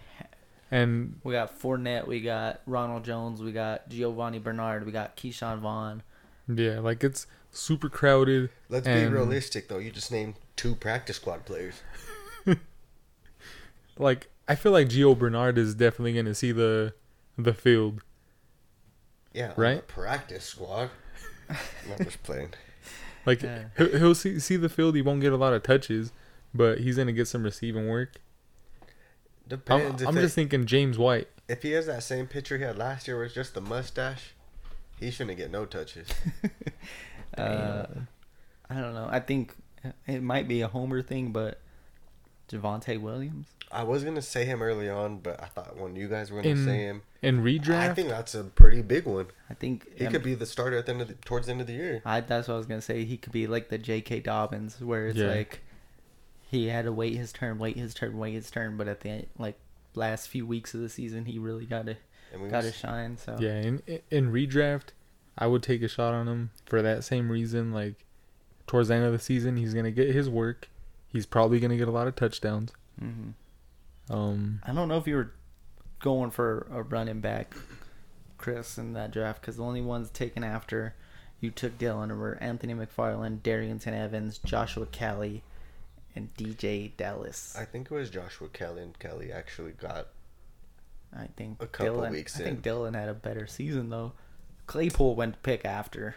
[SPEAKER 3] and
[SPEAKER 2] We got Fournette, we got Ronald Jones, we got Giovanni Bernard, we got Keyshawn Vaughn.
[SPEAKER 3] yeah, like it's super crowded.
[SPEAKER 4] Let's
[SPEAKER 3] and,
[SPEAKER 4] be realistic, though. You just named two practice squad players.
[SPEAKER 3] Like I feel like Gio Bernard is definitely going to see the the field.
[SPEAKER 4] Yeah, on
[SPEAKER 3] Right?
[SPEAKER 4] the practice squad. I'm just playing.
[SPEAKER 3] Like
[SPEAKER 2] Yeah.
[SPEAKER 3] he'll, he'll see see the field. He won't get a lot of touches, but he's going to get some receiving work. I'm,
[SPEAKER 4] Depends. if,
[SPEAKER 3] I'm
[SPEAKER 4] they-
[SPEAKER 3] just thinking James White.
[SPEAKER 4] if he has that same picture he had last year, where it's just the mustache, he shouldn't get no touches.
[SPEAKER 2] Uh, I don't know. I think it might be a Homer thing, but Javante Williams.
[SPEAKER 4] I was gonna say him early on, but I thought when you guys were gonna
[SPEAKER 3] In
[SPEAKER 4] say him,
[SPEAKER 3] in
[SPEAKER 4] I
[SPEAKER 3] redraft.
[SPEAKER 4] think that's a pretty big one.
[SPEAKER 2] I think
[SPEAKER 4] He
[SPEAKER 2] um,
[SPEAKER 4] could be the starter at the end of the, towards the end of the year.
[SPEAKER 2] I, that's what I was gonna say. He could be like the J.K. Dobbins, where it's
[SPEAKER 3] Yeah.
[SPEAKER 2] like he had to wait his turn, wait his turn, wait his turn, but at the end, like last few weeks of the season, he really got to
[SPEAKER 4] And we
[SPEAKER 2] got to
[SPEAKER 4] was-
[SPEAKER 2] shine. So
[SPEAKER 3] Yeah, in in redraft, I would take a shot on him for that same reason. Like towards the end of the season, he's gonna get his work. He's probably gonna get a lot of touchdowns.
[SPEAKER 2] Mhm.
[SPEAKER 3] Um,
[SPEAKER 2] I don't know if you were going for a running back, Chris, in that draft because the only ones taken after you took Dylan were Anthony McFarland, Darianton Evans, Joshua Kelly, and DJ Dallas.
[SPEAKER 4] I think it was Joshua Kelly, and Kelly actually got.
[SPEAKER 2] I, think
[SPEAKER 4] a couple
[SPEAKER 2] Dylan,
[SPEAKER 4] weeks
[SPEAKER 2] I
[SPEAKER 4] in.
[SPEAKER 2] think Dylan had a better season though. Claypool went to pick after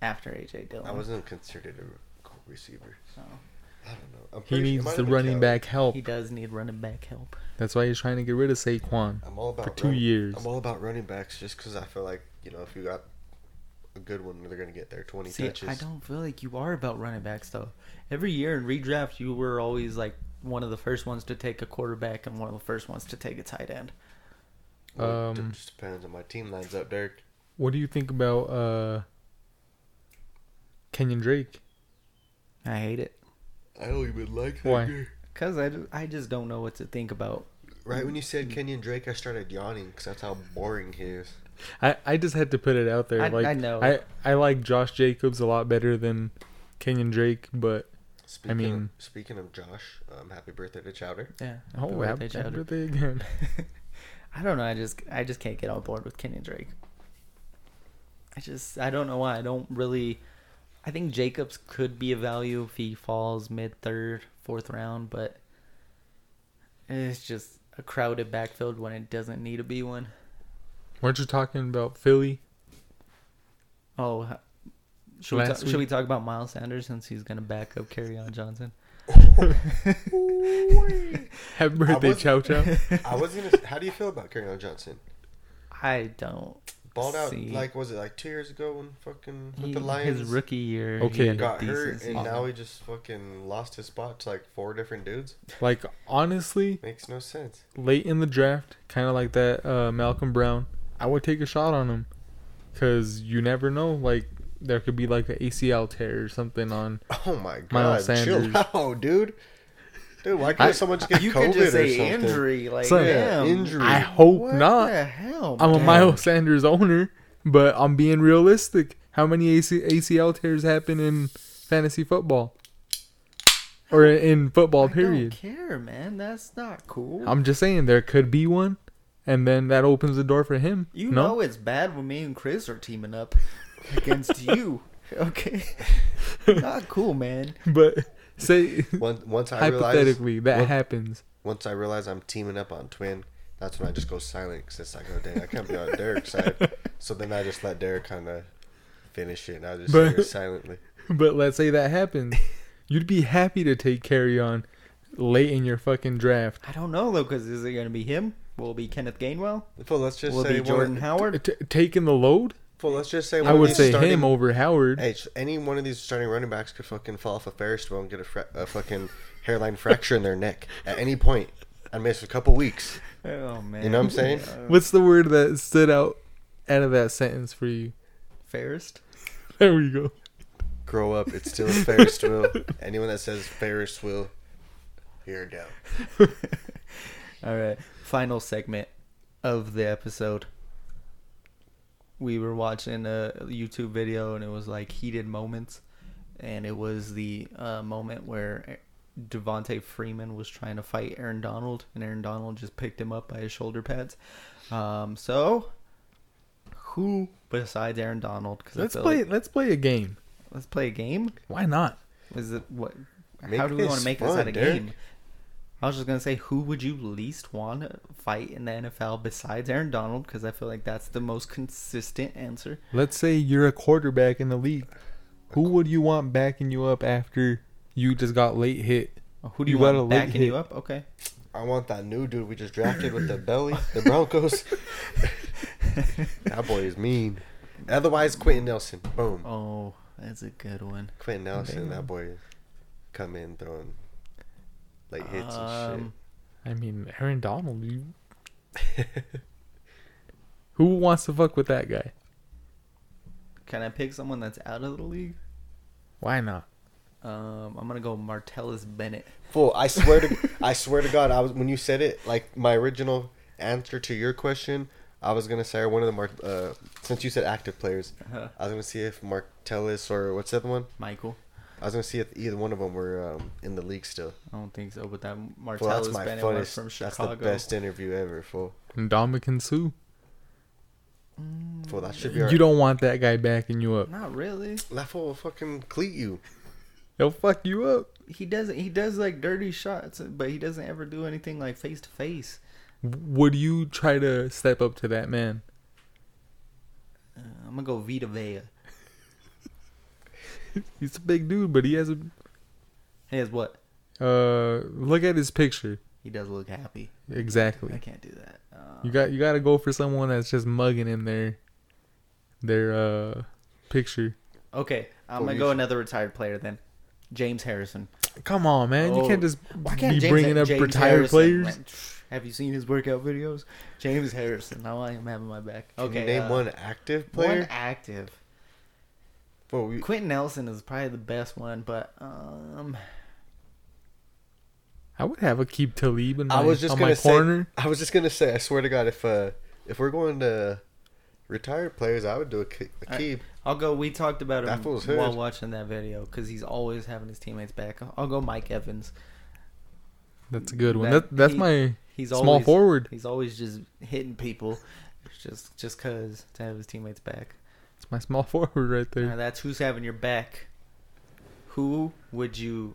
[SPEAKER 2] after AJ Dylan.
[SPEAKER 4] I wasn't considered a co- receiver.
[SPEAKER 2] so
[SPEAKER 4] I don't know. I'm
[SPEAKER 3] he
[SPEAKER 4] pretty sure- it might
[SPEAKER 3] needs
[SPEAKER 4] have
[SPEAKER 3] the
[SPEAKER 4] been
[SPEAKER 3] running
[SPEAKER 4] Kelly.
[SPEAKER 3] back help.
[SPEAKER 2] he does need running back help.
[SPEAKER 3] That's why he's trying to get rid of Saquon.
[SPEAKER 4] I'm all about
[SPEAKER 3] for two
[SPEAKER 4] run-
[SPEAKER 3] years.
[SPEAKER 4] I'm all about running backs just because I feel like you know if you got a good one, they're gonna get their 20
[SPEAKER 2] See,
[SPEAKER 4] touches.
[SPEAKER 2] I don't feel like you are about running backs though. Every year in redraft, you were always like one of the first ones to take a quarterback and one of the first ones to take a tight end.
[SPEAKER 4] Well,
[SPEAKER 3] Um,
[SPEAKER 4] it just depends on my team lines up, Derek.
[SPEAKER 3] What do you think about uh, Kenyon Drake?
[SPEAKER 2] I hate it
[SPEAKER 4] I don't even like that.
[SPEAKER 3] Why?
[SPEAKER 4] guy.
[SPEAKER 2] because I, ju- I just don't know what to think about.
[SPEAKER 4] Right when you said Kenyon Drake, I started yawning because that's how boring he is.
[SPEAKER 3] I, I just had to put it out there.
[SPEAKER 2] I-
[SPEAKER 3] like
[SPEAKER 2] I know.
[SPEAKER 3] I, I like Josh Jacobs a lot better than Kenyon Drake, but
[SPEAKER 4] Speaking
[SPEAKER 3] mean-
[SPEAKER 4] of, speaking of Josh, um, happy birthday to Chowder.
[SPEAKER 2] Yeah. But
[SPEAKER 3] oh, happy
[SPEAKER 2] they
[SPEAKER 3] happy
[SPEAKER 2] chatted.
[SPEAKER 3] birthday again.
[SPEAKER 2] I don't know. I just I just can't get on board with Kenyon Drake. I just I don't know why. I don't really. I think Jacobs could be a value if he falls mid third, fourth round, but it's just a crowded backfield when it doesn't need to be one.
[SPEAKER 3] Weren't you talking about Philly?
[SPEAKER 2] Oh, ha- should we,
[SPEAKER 3] Last
[SPEAKER 2] ta- should we
[SPEAKER 3] week.
[SPEAKER 2] talk about Miles Sanders since he's gonna back up Carry on Johnson?
[SPEAKER 3] Happy birthday,
[SPEAKER 4] wasn't-
[SPEAKER 3] Chow Chow.
[SPEAKER 4] I was gonna. How do you feel about Carrion Johnson?
[SPEAKER 2] I don't.
[SPEAKER 4] Balled out
[SPEAKER 2] See.
[SPEAKER 4] like was it like two years ago when fucking with
[SPEAKER 2] He-
[SPEAKER 4] the Lions
[SPEAKER 2] his rookie year, he
[SPEAKER 3] Okay.
[SPEAKER 2] had a
[SPEAKER 4] got
[SPEAKER 2] decent
[SPEAKER 4] hurt and
[SPEAKER 2] season.
[SPEAKER 4] now he just fucking lost his spot to like four different dudes.
[SPEAKER 3] Like honestly,
[SPEAKER 4] Makes no sense.
[SPEAKER 3] late in the draft, kind of like that uh, Malcolm Brown, I would take a shot on him because you never know. Like there could be like an ACL tear or something on.
[SPEAKER 4] Oh my god,
[SPEAKER 3] Miles Sanders.
[SPEAKER 4] chill out, dude. Dude, why
[SPEAKER 3] I-
[SPEAKER 4] can't someone just get
[SPEAKER 2] you
[SPEAKER 4] COVID
[SPEAKER 2] could just
[SPEAKER 4] or
[SPEAKER 2] say
[SPEAKER 4] something?
[SPEAKER 2] injury, like
[SPEAKER 3] So-
[SPEAKER 4] Yeah,
[SPEAKER 2] damn.
[SPEAKER 4] injury.
[SPEAKER 3] I hope
[SPEAKER 2] What
[SPEAKER 3] not.
[SPEAKER 2] the hell?
[SPEAKER 3] I'm a
[SPEAKER 2] man?
[SPEAKER 3] Miles Sanders owner, but I'm being realistic. How many AC- ACL tears happen in fantasy football or in football? Period.
[SPEAKER 2] I don't care, man. That's not cool.
[SPEAKER 3] I'm just saying there could be one, and then that opens the door for him.
[SPEAKER 2] you
[SPEAKER 3] no?
[SPEAKER 2] know it's bad when me and Chris are teaming up against you. Okay, not cool, man.
[SPEAKER 3] but say
[SPEAKER 4] Once, once I realize,
[SPEAKER 3] hypothetically that
[SPEAKER 4] Well-
[SPEAKER 3] happens.
[SPEAKER 4] once I realize I'm teaming up on Twin, that's when I just go silent because it's like, oh dang, I can't be on Derek's side. So then I just let Derek kind of finish it, and I just sit
[SPEAKER 3] But-
[SPEAKER 4] here silently.
[SPEAKER 3] But let's say that happens, you'd be happy to take carry on late in your fucking draft.
[SPEAKER 2] I don't know though, because is it gonna be him? Will it be Kenneth Gainwell?
[SPEAKER 4] Well, let's just
[SPEAKER 2] Will it
[SPEAKER 4] say
[SPEAKER 2] be Jordan
[SPEAKER 4] One,
[SPEAKER 2] Howard?
[SPEAKER 3] T- taking the load,
[SPEAKER 4] well, let's just say one
[SPEAKER 3] I
[SPEAKER 4] of
[SPEAKER 3] would
[SPEAKER 4] these
[SPEAKER 3] say
[SPEAKER 4] starting-
[SPEAKER 3] him over Howard.
[SPEAKER 4] Hey, sh- any one of these starting running backs could fucking fall off a Ferris wheel and get a, fra- a fucking hairline fracture in their neck at any point. I miss a couple weeks.
[SPEAKER 2] Oh man,
[SPEAKER 4] You know what I'm saying?
[SPEAKER 3] What's the word that stood out out of that sentence for you?
[SPEAKER 2] Fairest.
[SPEAKER 3] There we go.
[SPEAKER 4] Grow up. It's still a Ferris wheel. Anyone that says Ferris wheel, you're down.
[SPEAKER 2] All right, final segment of the episode. We were watching a YouTube video and it was like heated moments, and it was the uh, moment where Devonte Freeman was trying to fight Aaron Donald, and Aaron Donald just picked him up by his shoulder pads. Um, so, who besides Aaron Donald? Cause I
[SPEAKER 3] Let's
[SPEAKER 2] feel
[SPEAKER 3] play.
[SPEAKER 2] like-
[SPEAKER 3] Let's play a game.
[SPEAKER 2] let's play a game.
[SPEAKER 3] Why not?
[SPEAKER 2] Is it what?
[SPEAKER 4] Make
[SPEAKER 2] how do we want
[SPEAKER 4] this
[SPEAKER 2] to make this
[SPEAKER 4] fun,
[SPEAKER 2] out of
[SPEAKER 4] Derek.
[SPEAKER 2] game? I was just gonna say, who would you least want to fight in the NFL besides Aaron Donald? Because I feel like that's the most consistent answer.
[SPEAKER 3] Let's say you're a quarterback in the league. Who would you want backing you up after you just got late hit?
[SPEAKER 2] Who do you,
[SPEAKER 3] You got a
[SPEAKER 2] want
[SPEAKER 3] late
[SPEAKER 2] backing you
[SPEAKER 3] hit.
[SPEAKER 2] up? Okay,
[SPEAKER 4] I want that new dude we just drafted with the belly, the Broncos. that boy is mean. Otherwise, Quentin Nelson. Boom.
[SPEAKER 2] oh, that's a good one.
[SPEAKER 4] Quentin Nelson, that boy come in throwing late hits and
[SPEAKER 2] Um,
[SPEAKER 3] I mean, Aaron Donald. You... Who wants to fuck with that guy?
[SPEAKER 2] Can I pick someone that's out of the league?
[SPEAKER 3] Why not?
[SPEAKER 2] Um, I'm gonna go Martellus Bennett.
[SPEAKER 4] shit. Fool, I swear to I swear to God, I was when you said it, like my original answer to your question, I was gonna say one of the more uh, since you said active players,
[SPEAKER 2] Uh-huh.
[SPEAKER 4] I was gonna see if Martellus or what's the other one?
[SPEAKER 2] Michael.
[SPEAKER 4] I was gonna see if either one of them were um, in the league still.
[SPEAKER 2] I don't think so, but that Martellus
[SPEAKER 4] Well, that's my
[SPEAKER 2] Bennett was
[SPEAKER 4] funnest.
[SPEAKER 2] from
[SPEAKER 4] that's
[SPEAKER 2] Chicago.
[SPEAKER 4] the best interview ever. Fool,
[SPEAKER 3] Dominican Sue.
[SPEAKER 4] fool, that should be our.
[SPEAKER 3] You don't want that guy backing you up.
[SPEAKER 2] Not really.
[SPEAKER 4] That fool will fucking cleat you.
[SPEAKER 3] He'll fuck you up.
[SPEAKER 2] He doesn't. He does like dirty shots, but he doesn't ever do anything like face to face.
[SPEAKER 3] Would you try to step up to that man?
[SPEAKER 2] Uh, I'm gonna go Vita Vea.
[SPEAKER 3] He's a big dude, but he has a.
[SPEAKER 2] He has what?
[SPEAKER 3] Uh, look at his picture.
[SPEAKER 2] He does look happy. I
[SPEAKER 3] Exactly.
[SPEAKER 2] can't do that. Uh,
[SPEAKER 3] You got you got to go for someone that's just mugging in their their uh picture.
[SPEAKER 2] Uh, okay, I'm
[SPEAKER 4] Well,
[SPEAKER 2] gonna
[SPEAKER 4] you
[SPEAKER 2] go
[SPEAKER 4] should-
[SPEAKER 2] another retired player then. James Harrison.
[SPEAKER 3] Come on, man.
[SPEAKER 2] Oh,
[SPEAKER 3] you can't just
[SPEAKER 2] Why can't
[SPEAKER 3] be
[SPEAKER 2] James-
[SPEAKER 3] bringing up
[SPEAKER 2] James
[SPEAKER 3] retired
[SPEAKER 2] Harrison,
[SPEAKER 3] players.
[SPEAKER 2] like, pff, have you seen his workout videos? James Harrison. Now I am having my back.
[SPEAKER 4] Can
[SPEAKER 2] Okay.
[SPEAKER 4] you name
[SPEAKER 2] uh,
[SPEAKER 4] one active
[SPEAKER 2] One
[SPEAKER 4] player.
[SPEAKER 2] active.
[SPEAKER 4] Fool, we-
[SPEAKER 2] Quentin Nelson is probably the best one, but um,
[SPEAKER 3] I would have a keep Talib in my,
[SPEAKER 4] I was just
[SPEAKER 3] on
[SPEAKER 4] gonna
[SPEAKER 3] my
[SPEAKER 4] say.
[SPEAKER 3] corner.
[SPEAKER 4] I was just gonna say. I swear to God, if uh, if we're going to Retired players, I would do a, Ke- a
[SPEAKER 2] I-
[SPEAKER 4] Keeb.
[SPEAKER 2] I'll go. We talked about him
[SPEAKER 4] That fool's hood.
[SPEAKER 2] while watching that video because he's always having his teammates back. I'll go Mike Evans.
[SPEAKER 3] That's a good one.
[SPEAKER 2] That-
[SPEAKER 3] That, that's
[SPEAKER 2] he-
[SPEAKER 3] my
[SPEAKER 2] He's
[SPEAKER 3] small
[SPEAKER 2] always
[SPEAKER 3] forward.
[SPEAKER 2] He's always just hitting people, just just cause to have his teammates back.
[SPEAKER 3] That's my small forward right
[SPEAKER 2] Now
[SPEAKER 3] there.
[SPEAKER 2] that's who's having your back. Who would you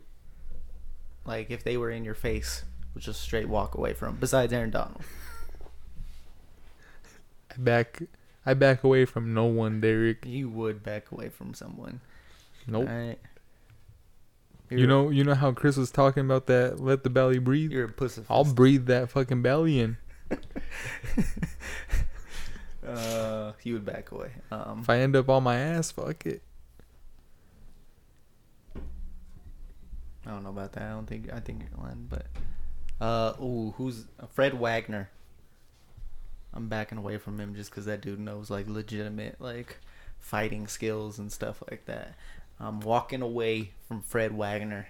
[SPEAKER 2] like if they were in your face? Would just straight walk away from besides Aaron Donald.
[SPEAKER 3] I back I back away from no one, Derek.
[SPEAKER 2] You would back away from someone.
[SPEAKER 3] Nope.
[SPEAKER 2] right?
[SPEAKER 3] You
[SPEAKER 2] You're-
[SPEAKER 3] know you know how Chris was talking about that let the belly breathe?
[SPEAKER 2] you're a pussy.
[SPEAKER 3] I'll breathe that fucking belly in.
[SPEAKER 2] uh, you would back away. Um,
[SPEAKER 3] If I end up on my ass, fuck it.
[SPEAKER 2] I don't know about that. I don't think I think you're lying, but uh, ooh, who's Fred Wagner? I'm backing away from him just because that dude knows like legitimate like fighting skills and stuff like that. I'm walking away from Fred Wagner.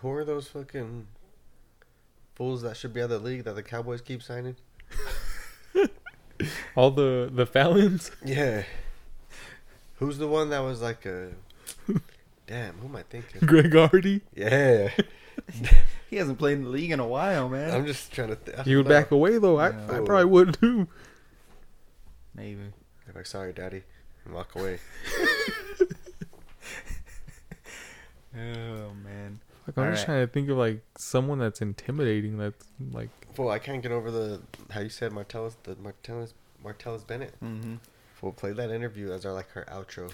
[SPEAKER 4] Who are those fucking fools that should be out of the league that the Cowboys keep signing?
[SPEAKER 3] All the the Fallons.
[SPEAKER 4] Yeah. Who's the one that was like a? Damn, who am I thinking?
[SPEAKER 3] Greg Hardy.
[SPEAKER 4] Yeah,
[SPEAKER 2] He hasn't played in the league in a while, man.
[SPEAKER 4] I'm just trying to. Th-
[SPEAKER 3] You would back away though. I, I
[SPEAKER 4] No.
[SPEAKER 3] probably would too.
[SPEAKER 2] Maybe.
[SPEAKER 4] I'm like, sorry, daddy, and walk away.
[SPEAKER 2] Oh man.
[SPEAKER 3] Like, I'm
[SPEAKER 2] All
[SPEAKER 3] just
[SPEAKER 2] right.
[SPEAKER 3] trying to think of like someone that's intimidating. That's like
[SPEAKER 4] Fool, I can't get over the how you said Martellus, the Martellus, Martellus Bennett.
[SPEAKER 2] hmm
[SPEAKER 4] We'll play that interview as our like our outro.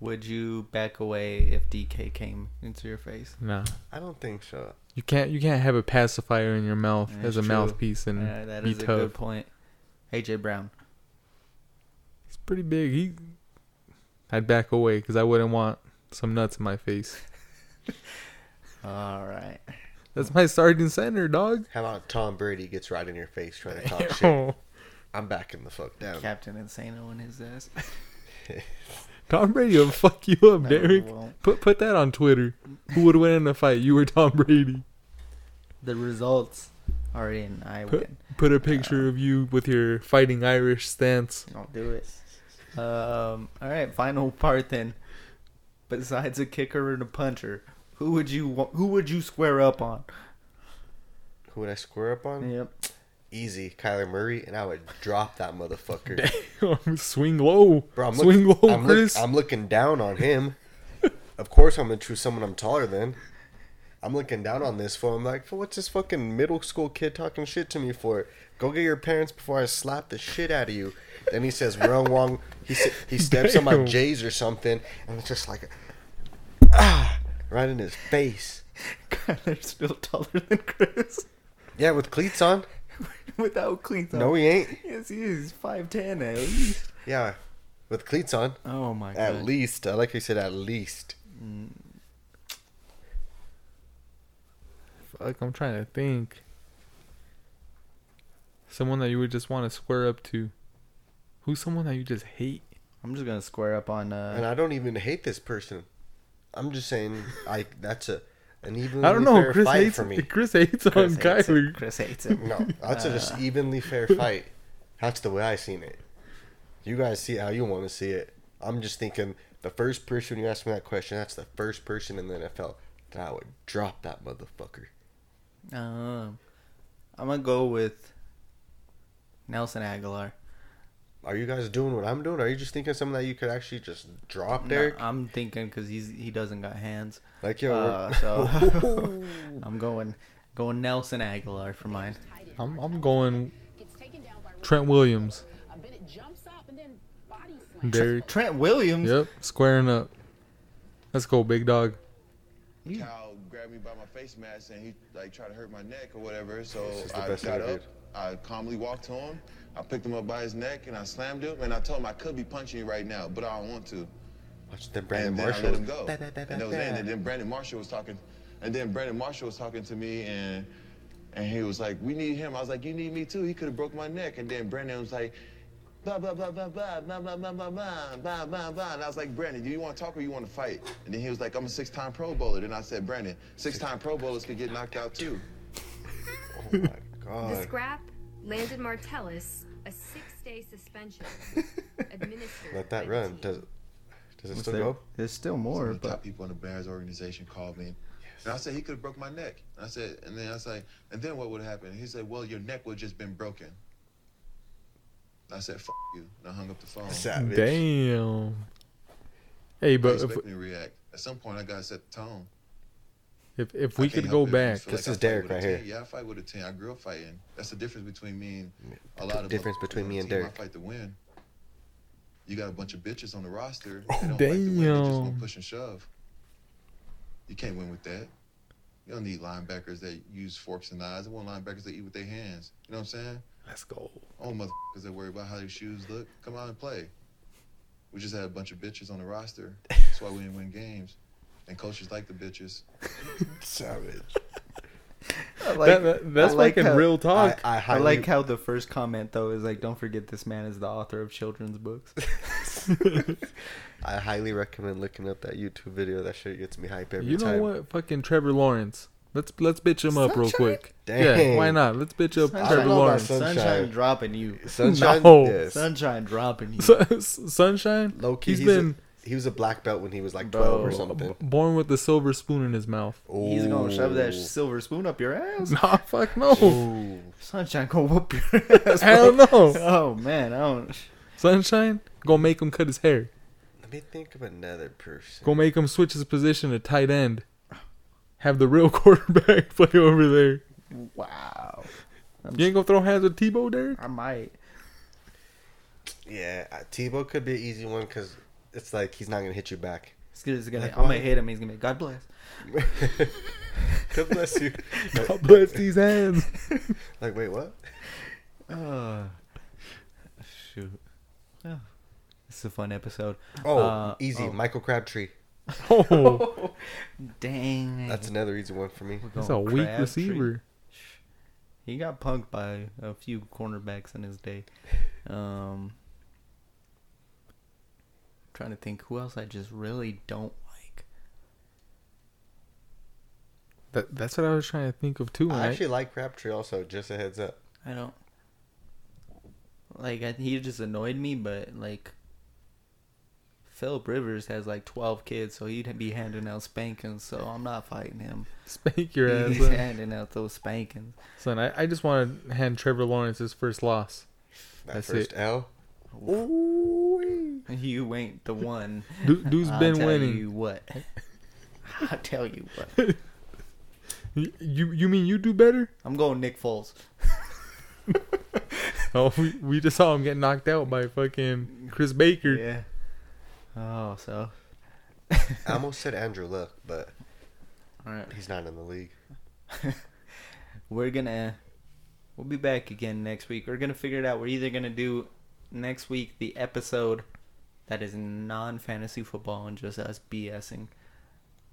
[SPEAKER 2] Would you back away if DK came into your face?
[SPEAKER 3] nah.
[SPEAKER 4] I don't think so.
[SPEAKER 3] You can't you can't have a pacifier in your mouth
[SPEAKER 2] That's
[SPEAKER 3] as a
[SPEAKER 2] true.
[SPEAKER 3] mouthpiece and
[SPEAKER 2] Uh, that
[SPEAKER 3] be
[SPEAKER 2] is a
[SPEAKER 3] tough.
[SPEAKER 2] good point. AJ Brown.
[SPEAKER 3] He's pretty big. He, I'd back away because I wouldn't want some nuts in my face.
[SPEAKER 2] All right.
[SPEAKER 3] That's my starting center, dog.
[SPEAKER 4] How about Tom Brady gets right in your face trying to talk shit?
[SPEAKER 3] Oh,
[SPEAKER 4] I'm backing the fuck down.
[SPEAKER 2] Captain Insano in his ass.
[SPEAKER 3] Tom Brady will fuck you up,
[SPEAKER 2] No, he
[SPEAKER 3] Derek.
[SPEAKER 2] won't.
[SPEAKER 3] Put put that on Twitter. Who would win in a fight? You or Tom Brady?
[SPEAKER 2] The results are in. I
[SPEAKER 3] Put
[SPEAKER 2] win.
[SPEAKER 3] put a picture of you with your fighting Irish stance.
[SPEAKER 2] I'll do it. Um, all right, final part then. Besides a kicker and a puncher, who would you wa- who would you square up on?
[SPEAKER 4] Who would I square up on?
[SPEAKER 2] Yep.
[SPEAKER 4] Easy, Kyler Murray, and I would drop that motherfucker.
[SPEAKER 3] Swing low,
[SPEAKER 4] Bro, I'm,
[SPEAKER 3] swing
[SPEAKER 4] look-
[SPEAKER 3] low,
[SPEAKER 4] I'm, look-
[SPEAKER 3] Chris.
[SPEAKER 4] I'm looking down on him. of course, I'm gonna choose someone I'm taller than. I'm looking down on this fool. I'm like, "Fool, what's this fucking middle school kid talking shit to me for? Go get your parents before I slap the shit out of you. Then he says, wrong, wrong. He sa- he steps on my
[SPEAKER 3] Damn.
[SPEAKER 4] J's or something, and it's just like, ah, right in his face.
[SPEAKER 2] God, they're still taller than Chris
[SPEAKER 4] Yeah, with cleats on.
[SPEAKER 2] without cleats. on.
[SPEAKER 4] No, he ain't.
[SPEAKER 2] Yes, he is five ten at least.
[SPEAKER 4] Yeah, with cleats on.
[SPEAKER 2] Oh my
[SPEAKER 4] At
[SPEAKER 2] god.
[SPEAKER 4] least. I like how you said at least.
[SPEAKER 3] Fuck, I'm trying to think. Someone that you would just want to square up to. Who's someone that you just hate?
[SPEAKER 2] I'm just gonna square up on.
[SPEAKER 4] and
[SPEAKER 2] Uh,
[SPEAKER 4] I don't even hate this person. I'm just saying, I that's a an evenly
[SPEAKER 3] I don't know.
[SPEAKER 4] fair
[SPEAKER 3] Chris
[SPEAKER 4] fight
[SPEAKER 3] hates,
[SPEAKER 4] for me.
[SPEAKER 3] Chris Uh. hates
[SPEAKER 2] Chris
[SPEAKER 3] on
[SPEAKER 2] hates
[SPEAKER 3] Kyler.
[SPEAKER 2] it. Chris hates it.
[SPEAKER 4] No, that's a just evenly fair fight. That's the way I seen it. You guys see it how you want to see it. I'm just thinking the first person you asked me that question. That's the first person in the NFL that I would drop that motherfucker.
[SPEAKER 2] Um, I'm gonna go with Nelson Aguilar.
[SPEAKER 4] Are you guys doing what I'm doing? Are you just thinking something that you could actually just drop
[SPEAKER 2] No,
[SPEAKER 7] uh,
[SPEAKER 4] there?
[SPEAKER 2] I'm thinking because he's he doesn't got hands.
[SPEAKER 4] Like yo,
[SPEAKER 2] Uh,
[SPEAKER 4] we're-
[SPEAKER 2] so I'm going going Nelson Aguilar for mine.
[SPEAKER 3] I'm, I'm going Trent Williams. Derek.
[SPEAKER 2] Trent Williams.
[SPEAKER 3] Yep, squaring up. Let's go, big dog.
[SPEAKER 4] Mm-hmm.
[SPEAKER 7] Cal grabbed me by my face mask and he like tried to hurt my neck or whatever. So
[SPEAKER 4] This is the
[SPEAKER 7] I
[SPEAKER 4] best
[SPEAKER 7] got
[SPEAKER 4] interview.
[SPEAKER 7] up, I calmly walked to him, I picked him up by his neck and I slammed him and I told him I could be punching you right now, but I don't want to.
[SPEAKER 4] watch the Brandon
[SPEAKER 7] and then
[SPEAKER 4] Marshall.
[SPEAKER 7] I let him go.
[SPEAKER 4] Da, da, da, da,
[SPEAKER 7] and that was it.
[SPEAKER 4] da.
[SPEAKER 7] And then Brandon Marshall was talking, and then Brandon Marshall was talking to me, and and he was like, "We need him." I was like, "You need me too." He could have broke my neck. And then Brandon was like, "Blah blah blah blah blah blah blah blah blah blah blah blah blah." And I was like, "Brandon, do you want to talk or you want to fight?" And then he was like, "I'm a six-time Pro Bowler." Then I said, "Brandon, six-time Pro Bowlers could get knocked out too."
[SPEAKER 4] Oh my god.
[SPEAKER 8] The scrap landed Martellus a six day suspension
[SPEAKER 4] Let that run. Does does it
[SPEAKER 2] What's
[SPEAKER 4] still
[SPEAKER 2] there?
[SPEAKER 4] go?
[SPEAKER 2] There's still more,
[SPEAKER 7] One of the top
[SPEAKER 2] but
[SPEAKER 7] people in the Bears organization called me. And I said he could have broke my neck. And I said, and then I was like, and then what would happen? He said, well, your neck would have just been broken. And I said, F- you, and I hung up the phone.
[SPEAKER 4] Savage.
[SPEAKER 3] Damn. Hey,
[SPEAKER 7] But
[SPEAKER 3] but if,
[SPEAKER 7] expect me to react. At some point, I gotta set the tone.
[SPEAKER 3] if if we
[SPEAKER 7] I can't
[SPEAKER 3] could
[SPEAKER 7] help
[SPEAKER 3] go
[SPEAKER 7] it. I
[SPEAKER 3] back,
[SPEAKER 7] feel
[SPEAKER 4] This
[SPEAKER 7] I
[SPEAKER 4] is
[SPEAKER 7] fight
[SPEAKER 4] Derek
[SPEAKER 7] with a
[SPEAKER 4] right here.
[SPEAKER 7] team. Yeah, I fight with a team. I grew up fighting. That's the difference between me and a lot
[SPEAKER 4] The
[SPEAKER 7] of
[SPEAKER 4] difference
[SPEAKER 7] motherfuckers
[SPEAKER 4] between
[SPEAKER 7] on
[SPEAKER 4] me
[SPEAKER 7] the
[SPEAKER 4] and
[SPEAKER 7] team.
[SPEAKER 4] Derek.
[SPEAKER 7] I fight to win. You got a bunch of bitches on the roster. They don't fight to win. They just
[SPEAKER 3] Oh, damn.
[SPEAKER 7] gonna push and shove. You can't win with that. You don't need linebackers that use forks and knives. I want linebackers that eat with their hands. You know what I'm saying?
[SPEAKER 3] Let's go.
[SPEAKER 7] I want motherfuckers that worry about how their shoes look. Come out and play. We just had a bunch of bitches on the roster. That's why we didn't win games. And coaches like the bitches.
[SPEAKER 4] Savage.
[SPEAKER 2] I like,
[SPEAKER 3] That- that- that's
[SPEAKER 2] I like
[SPEAKER 3] fucking
[SPEAKER 2] how,
[SPEAKER 3] real
[SPEAKER 4] I,
[SPEAKER 3] talk.
[SPEAKER 4] I
[SPEAKER 2] I
[SPEAKER 4] highly
[SPEAKER 2] like how the first comment though is like, "Don't forget this man is the author of children's books."
[SPEAKER 4] I highly recommend looking up that YouTube video. That shit gets me hype every
[SPEAKER 3] you know
[SPEAKER 4] time.
[SPEAKER 3] what? Fucking Trevor Lawrence. Let's let's bitch him up real quick. Yeah,
[SPEAKER 4] Dang.
[SPEAKER 3] why not? Let's bitch up
[SPEAKER 4] don't
[SPEAKER 3] Trevor
[SPEAKER 4] know about
[SPEAKER 3] Lawrence.
[SPEAKER 4] Sunshine.
[SPEAKER 2] Sunshine dropping you.
[SPEAKER 4] Sunshine.
[SPEAKER 3] No.
[SPEAKER 4] Yes.
[SPEAKER 2] Sunshine dropping you.
[SPEAKER 3] Sun- Sunshine.
[SPEAKER 4] Low-key,
[SPEAKER 3] he's
[SPEAKER 4] he's
[SPEAKER 3] been
[SPEAKER 4] a, he was a black belt when he was like
[SPEAKER 2] Bro.
[SPEAKER 4] twelve or something.
[SPEAKER 3] born with a silver spoon in his mouth.
[SPEAKER 2] He's gonna shove that
[SPEAKER 4] Ooh.
[SPEAKER 2] silver spoon up your ass.
[SPEAKER 3] Nah, fuck no.
[SPEAKER 4] Ooh.
[SPEAKER 2] Sunshine gonna whoop your ass.
[SPEAKER 3] Hell
[SPEAKER 2] bro.
[SPEAKER 3] no.
[SPEAKER 2] Oh man, I don't.
[SPEAKER 3] Sunshine gonna make him cut his hair.
[SPEAKER 4] Let me think of another person.
[SPEAKER 3] Gonna make him switch his position to tight end. Have the real quarterback play over there.
[SPEAKER 2] Wow.
[SPEAKER 3] You ain't gonna throw hands with Tebow, Derek?
[SPEAKER 2] I might.
[SPEAKER 4] Yeah, uh, Tebow could be an easy one because it's like he's not gonna hit you back.
[SPEAKER 2] It's gonna, it's gonna,
[SPEAKER 4] Like
[SPEAKER 2] I'm gonna
[SPEAKER 4] what?
[SPEAKER 2] hit him. He's gonna be God bless.
[SPEAKER 4] God bless you.
[SPEAKER 3] God bless these hands.
[SPEAKER 4] like, wait, what?
[SPEAKER 2] Uh, shoot. Yeah. This is a fun episode.
[SPEAKER 4] Oh,
[SPEAKER 2] Uh,
[SPEAKER 4] easy.
[SPEAKER 2] oh.
[SPEAKER 4] Michael Crabtree.
[SPEAKER 3] Oh,
[SPEAKER 2] Dang.
[SPEAKER 3] Mm-hmm.
[SPEAKER 4] That's another easy one for me.
[SPEAKER 2] We're
[SPEAKER 3] that's a
[SPEAKER 2] going
[SPEAKER 3] weak
[SPEAKER 2] Crabtree.
[SPEAKER 3] receiver.
[SPEAKER 2] He got punked by a few cornerbacks in his day. Um, trying to think who else I just really don't like.
[SPEAKER 3] That, that's what I was trying to think of too.
[SPEAKER 4] I
[SPEAKER 3] Right?
[SPEAKER 4] actually like Crabtree also. Just a heads up.
[SPEAKER 2] I don't like. I, he just annoyed me, but like. Philip Rivers has like 12 kids, so he'd be handing out spankings, so I'm not fighting him.
[SPEAKER 3] Spank your ass.
[SPEAKER 2] He's
[SPEAKER 3] son.
[SPEAKER 2] handing out those spankings.
[SPEAKER 3] Son, I, I just want to hand Trevor Lawrence his first loss.
[SPEAKER 4] That
[SPEAKER 3] That's
[SPEAKER 4] first
[SPEAKER 3] it.
[SPEAKER 4] L.
[SPEAKER 2] You ain't the one.
[SPEAKER 3] Dude, dude's
[SPEAKER 2] I'll
[SPEAKER 3] been
[SPEAKER 2] tell
[SPEAKER 3] winning.
[SPEAKER 2] You
[SPEAKER 3] You.
[SPEAKER 2] what? I tell you what.
[SPEAKER 3] you mean you do better?
[SPEAKER 2] I'm going Nick Foles.
[SPEAKER 3] Oh, we, we just saw him get knocked out by fucking Chris Baker.
[SPEAKER 2] Yeah. Oh, so
[SPEAKER 4] I almost said Andrew Luck, but
[SPEAKER 2] all right,
[SPEAKER 4] he's not in the league.
[SPEAKER 2] we're gonna we'll be back again next week. We're gonna figure it out. We're either gonna do next week the episode that is non fantasy football and just us BSing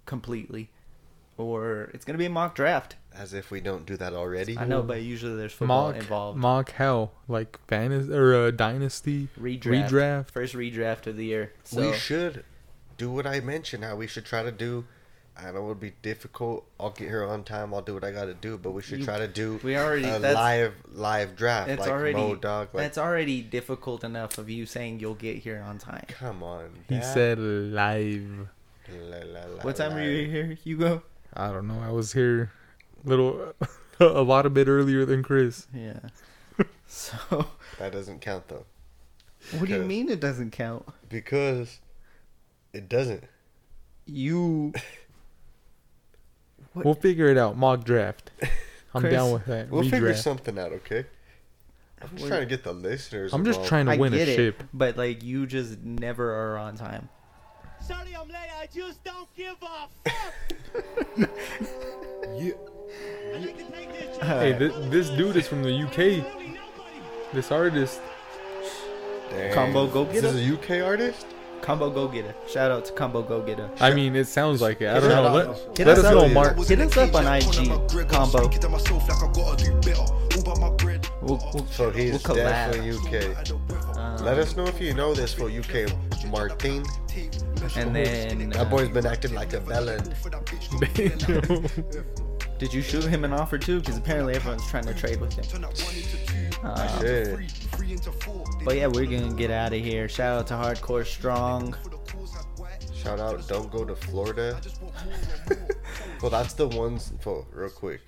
[SPEAKER 2] completely, or it's gonna be a mock draft.
[SPEAKER 4] As if we don't do that already.
[SPEAKER 2] I know, but usually there's football
[SPEAKER 3] Mock,
[SPEAKER 2] involved.
[SPEAKER 3] mock hell like fantasy or uh, dynasty
[SPEAKER 2] redraft,
[SPEAKER 3] redraft.
[SPEAKER 2] first redraft of the year. So
[SPEAKER 4] We should do what I mentioned. How we should try to do. I know it would be difficult. I'll get here on time. I'll do what I got to do. But we should
[SPEAKER 2] You-
[SPEAKER 4] try to do
[SPEAKER 2] we already-
[SPEAKER 4] a
[SPEAKER 2] that's-
[SPEAKER 4] live live draft.
[SPEAKER 2] that's
[SPEAKER 4] like
[SPEAKER 2] already
[SPEAKER 4] Mo Dog. Like,
[SPEAKER 2] that's already difficult enough of you saying you'll get here on time.
[SPEAKER 4] come on.
[SPEAKER 3] He
[SPEAKER 4] Dad.
[SPEAKER 3] said live.
[SPEAKER 4] La, la, la,
[SPEAKER 2] What time
[SPEAKER 4] la.
[SPEAKER 2] were you here, Hugo?
[SPEAKER 3] I don't know. I was here little a lot a bit earlier than Chris.
[SPEAKER 2] Yeah. So.
[SPEAKER 4] That doesn't count though,
[SPEAKER 2] What do you
[SPEAKER 4] Because-
[SPEAKER 2] mean it doesn't count?
[SPEAKER 4] because it doesn't.
[SPEAKER 2] You What-
[SPEAKER 3] We'll figure it out. Mock draft. I'm
[SPEAKER 2] Chris,
[SPEAKER 3] down with that.
[SPEAKER 4] We'll figure
[SPEAKER 3] Redraft.
[SPEAKER 4] something out. Okay. I'm just
[SPEAKER 2] What-
[SPEAKER 4] trying to get the listeners.
[SPEAKER 3] I'm just
[SPEAKER 4] involved.
[SPEAKER 3] trying to
[SPEAKER 2] I
[SPEAKER 3] win
[SPEAKER 2] get
[SPEAKER 3] a
[SPEAKER 2] it,
[SPEAKER 3] ship.
[SPEAKER 2] but like you just never are on time.
[SPEAKER 5] Sorry I'm late, I just don't give a fuck. I like to take this chance.
[SPEAKER 3] Hey, thi- this dude is from the UK.
[SPEAKER 5] Really, nobody.
[SPEAKER 3] This artist.
[SPEAKER 4] Dang.
[SPEAKER 2] Combo go
[SPEAKER 4] This
[SPEAKER 2] getter.
[SPEAKER 4] is a UK artist.
[SPEAKER 2] Combo go getter. Shout out to Combo go getter.
[SPEAKER 3] I mean, it sounds like it. I don't
[SPEAKER 4] Shut
[SPEAKER 3] know.
[SPEAKER 4] up.
[SPEAKER 3] Let,
[SPEAKER 2] Hit
[SPEAKER 3] let us
[SPEAKER 2] us
[SPEAKER 3] know,
[SPEAKER 2] up.
[SPEAKER 3] Mark.
[SPEAKER 2] Hit us up on IG combo. We'll, we'll,
[SPEAKER 4] So he's
[SPEAKER 2] we'll collab
[SPEAKER 4] definitely UK.
[SPEAKER 6] Uh,
[SPEAKER 4] Let us know if you know this for UK Martin.
[SPEAKER 2] and then
[SPEAKER 4] That
[SPEAKER 2] uh,
[SPEAKER 4] boy's been acting like a villain.
[SPEAKER 2] did you shoot him an offer too? Because apparently everyone's trying to trade with him.
[SPEAKER 4] Shit.
[SPEAKER 6] three into four. They
[SPEAKER 2] But yeah, we're gonna get out of here. Shout out to Hardcore Strong.
[SPEAKER 6] for the cause not whack.
[SPEAKER 4] Shout out, don't go to Florida.
[SPEAKER 6] Just want more and more.
[SPEAKER 4] Well, that's the ones. Full, real quick.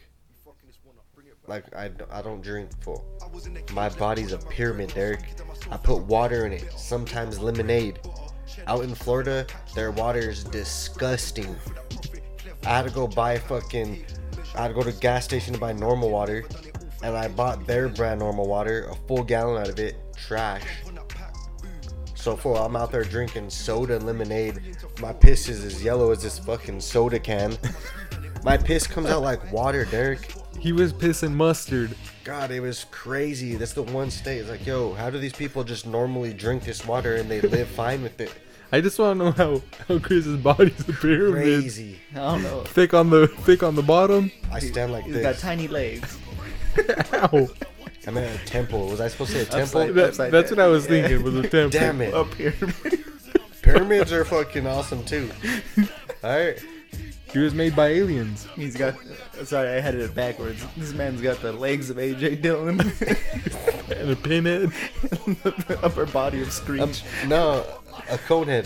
[SPEAKER 6] Fucking this one up, bring it back.
[SPEAKER 4] Like I, d- I don't drink full.
[SPEAKER 6] I was in the
[SPEAKER 4] My
[SPEAKER 6] cage,
[SPEAKER 4] body's a pyramid, Derek. I put water in it, sometimes lemonade. Out in Florida, their water is disgusting. I had to go buy fucking. I had to go to gas station to buy normal water, and I bought their brand normal water, a full gallon out of it, trash. So full, I'm out there drinking soda and lemonade. My piss is as yellow as this fucking soda can. My piss comes out like water, Derek.
[SPEAKER 3] He was pissing mustard.
[SPEAKER 4] God, it was crazy. That's the one state. It's like, yo, how do these people just normally drink this water and they live fine with it?
[SPEAKER 3] I just want to know how, how Chris's body's a pyramid.
[SPEAKER 4] Crazy.
[SPEAKER 2] I don't know.
[SPEAKER 3] Thick on the thick on the bottom.
[SPEAKER 4] I stand like
[SPEAKER 2] He's got
[SPEAKER 4] this.
[SPEAKER 2] tiny legs.
[SPEAKER 3] Ow.
[SPEAKER 4] I'm at a temple. Was I supposed to say a
[SPEAKER 2] Upside-
[SPEAKER 4] temple?
[SPEAKER 3] That-
[SPEAKER 2] Upside
[SPEAKER 3] that's
[SPEAKER 2] down.
[SPEAKER 3] what I was
[SPEAKER 2] Yeah.
[SPEAKER 3] thinking. Was a temple.
[SPEAKER 4] Damn it.
[SPEAKER 2] Up here.
[SPEAKER 4] Pyramids are fucking awesome too. All right.
[SPEAKER 3] He was made by aliens.
[SPEAKER 2] He's got. Sorry, I had it backwards. This man's got the legs of AJ Dillon,
[SPEAKER 3] And a pinhead.
[SPEAKER 2] the upper body of Screech.
[SPEAKER 4] Um, no, a conehead.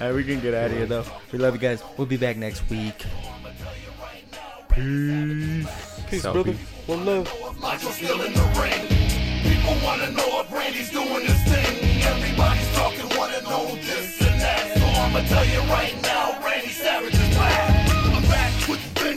[SPEAKER 2] All right, we can get out of here though. We love you guys. We'll be back next week.
[SPEAKER 3] Peace, brother. One love.
[SPEAKER 8] Michael's still in the ring. People wanna know if Randy's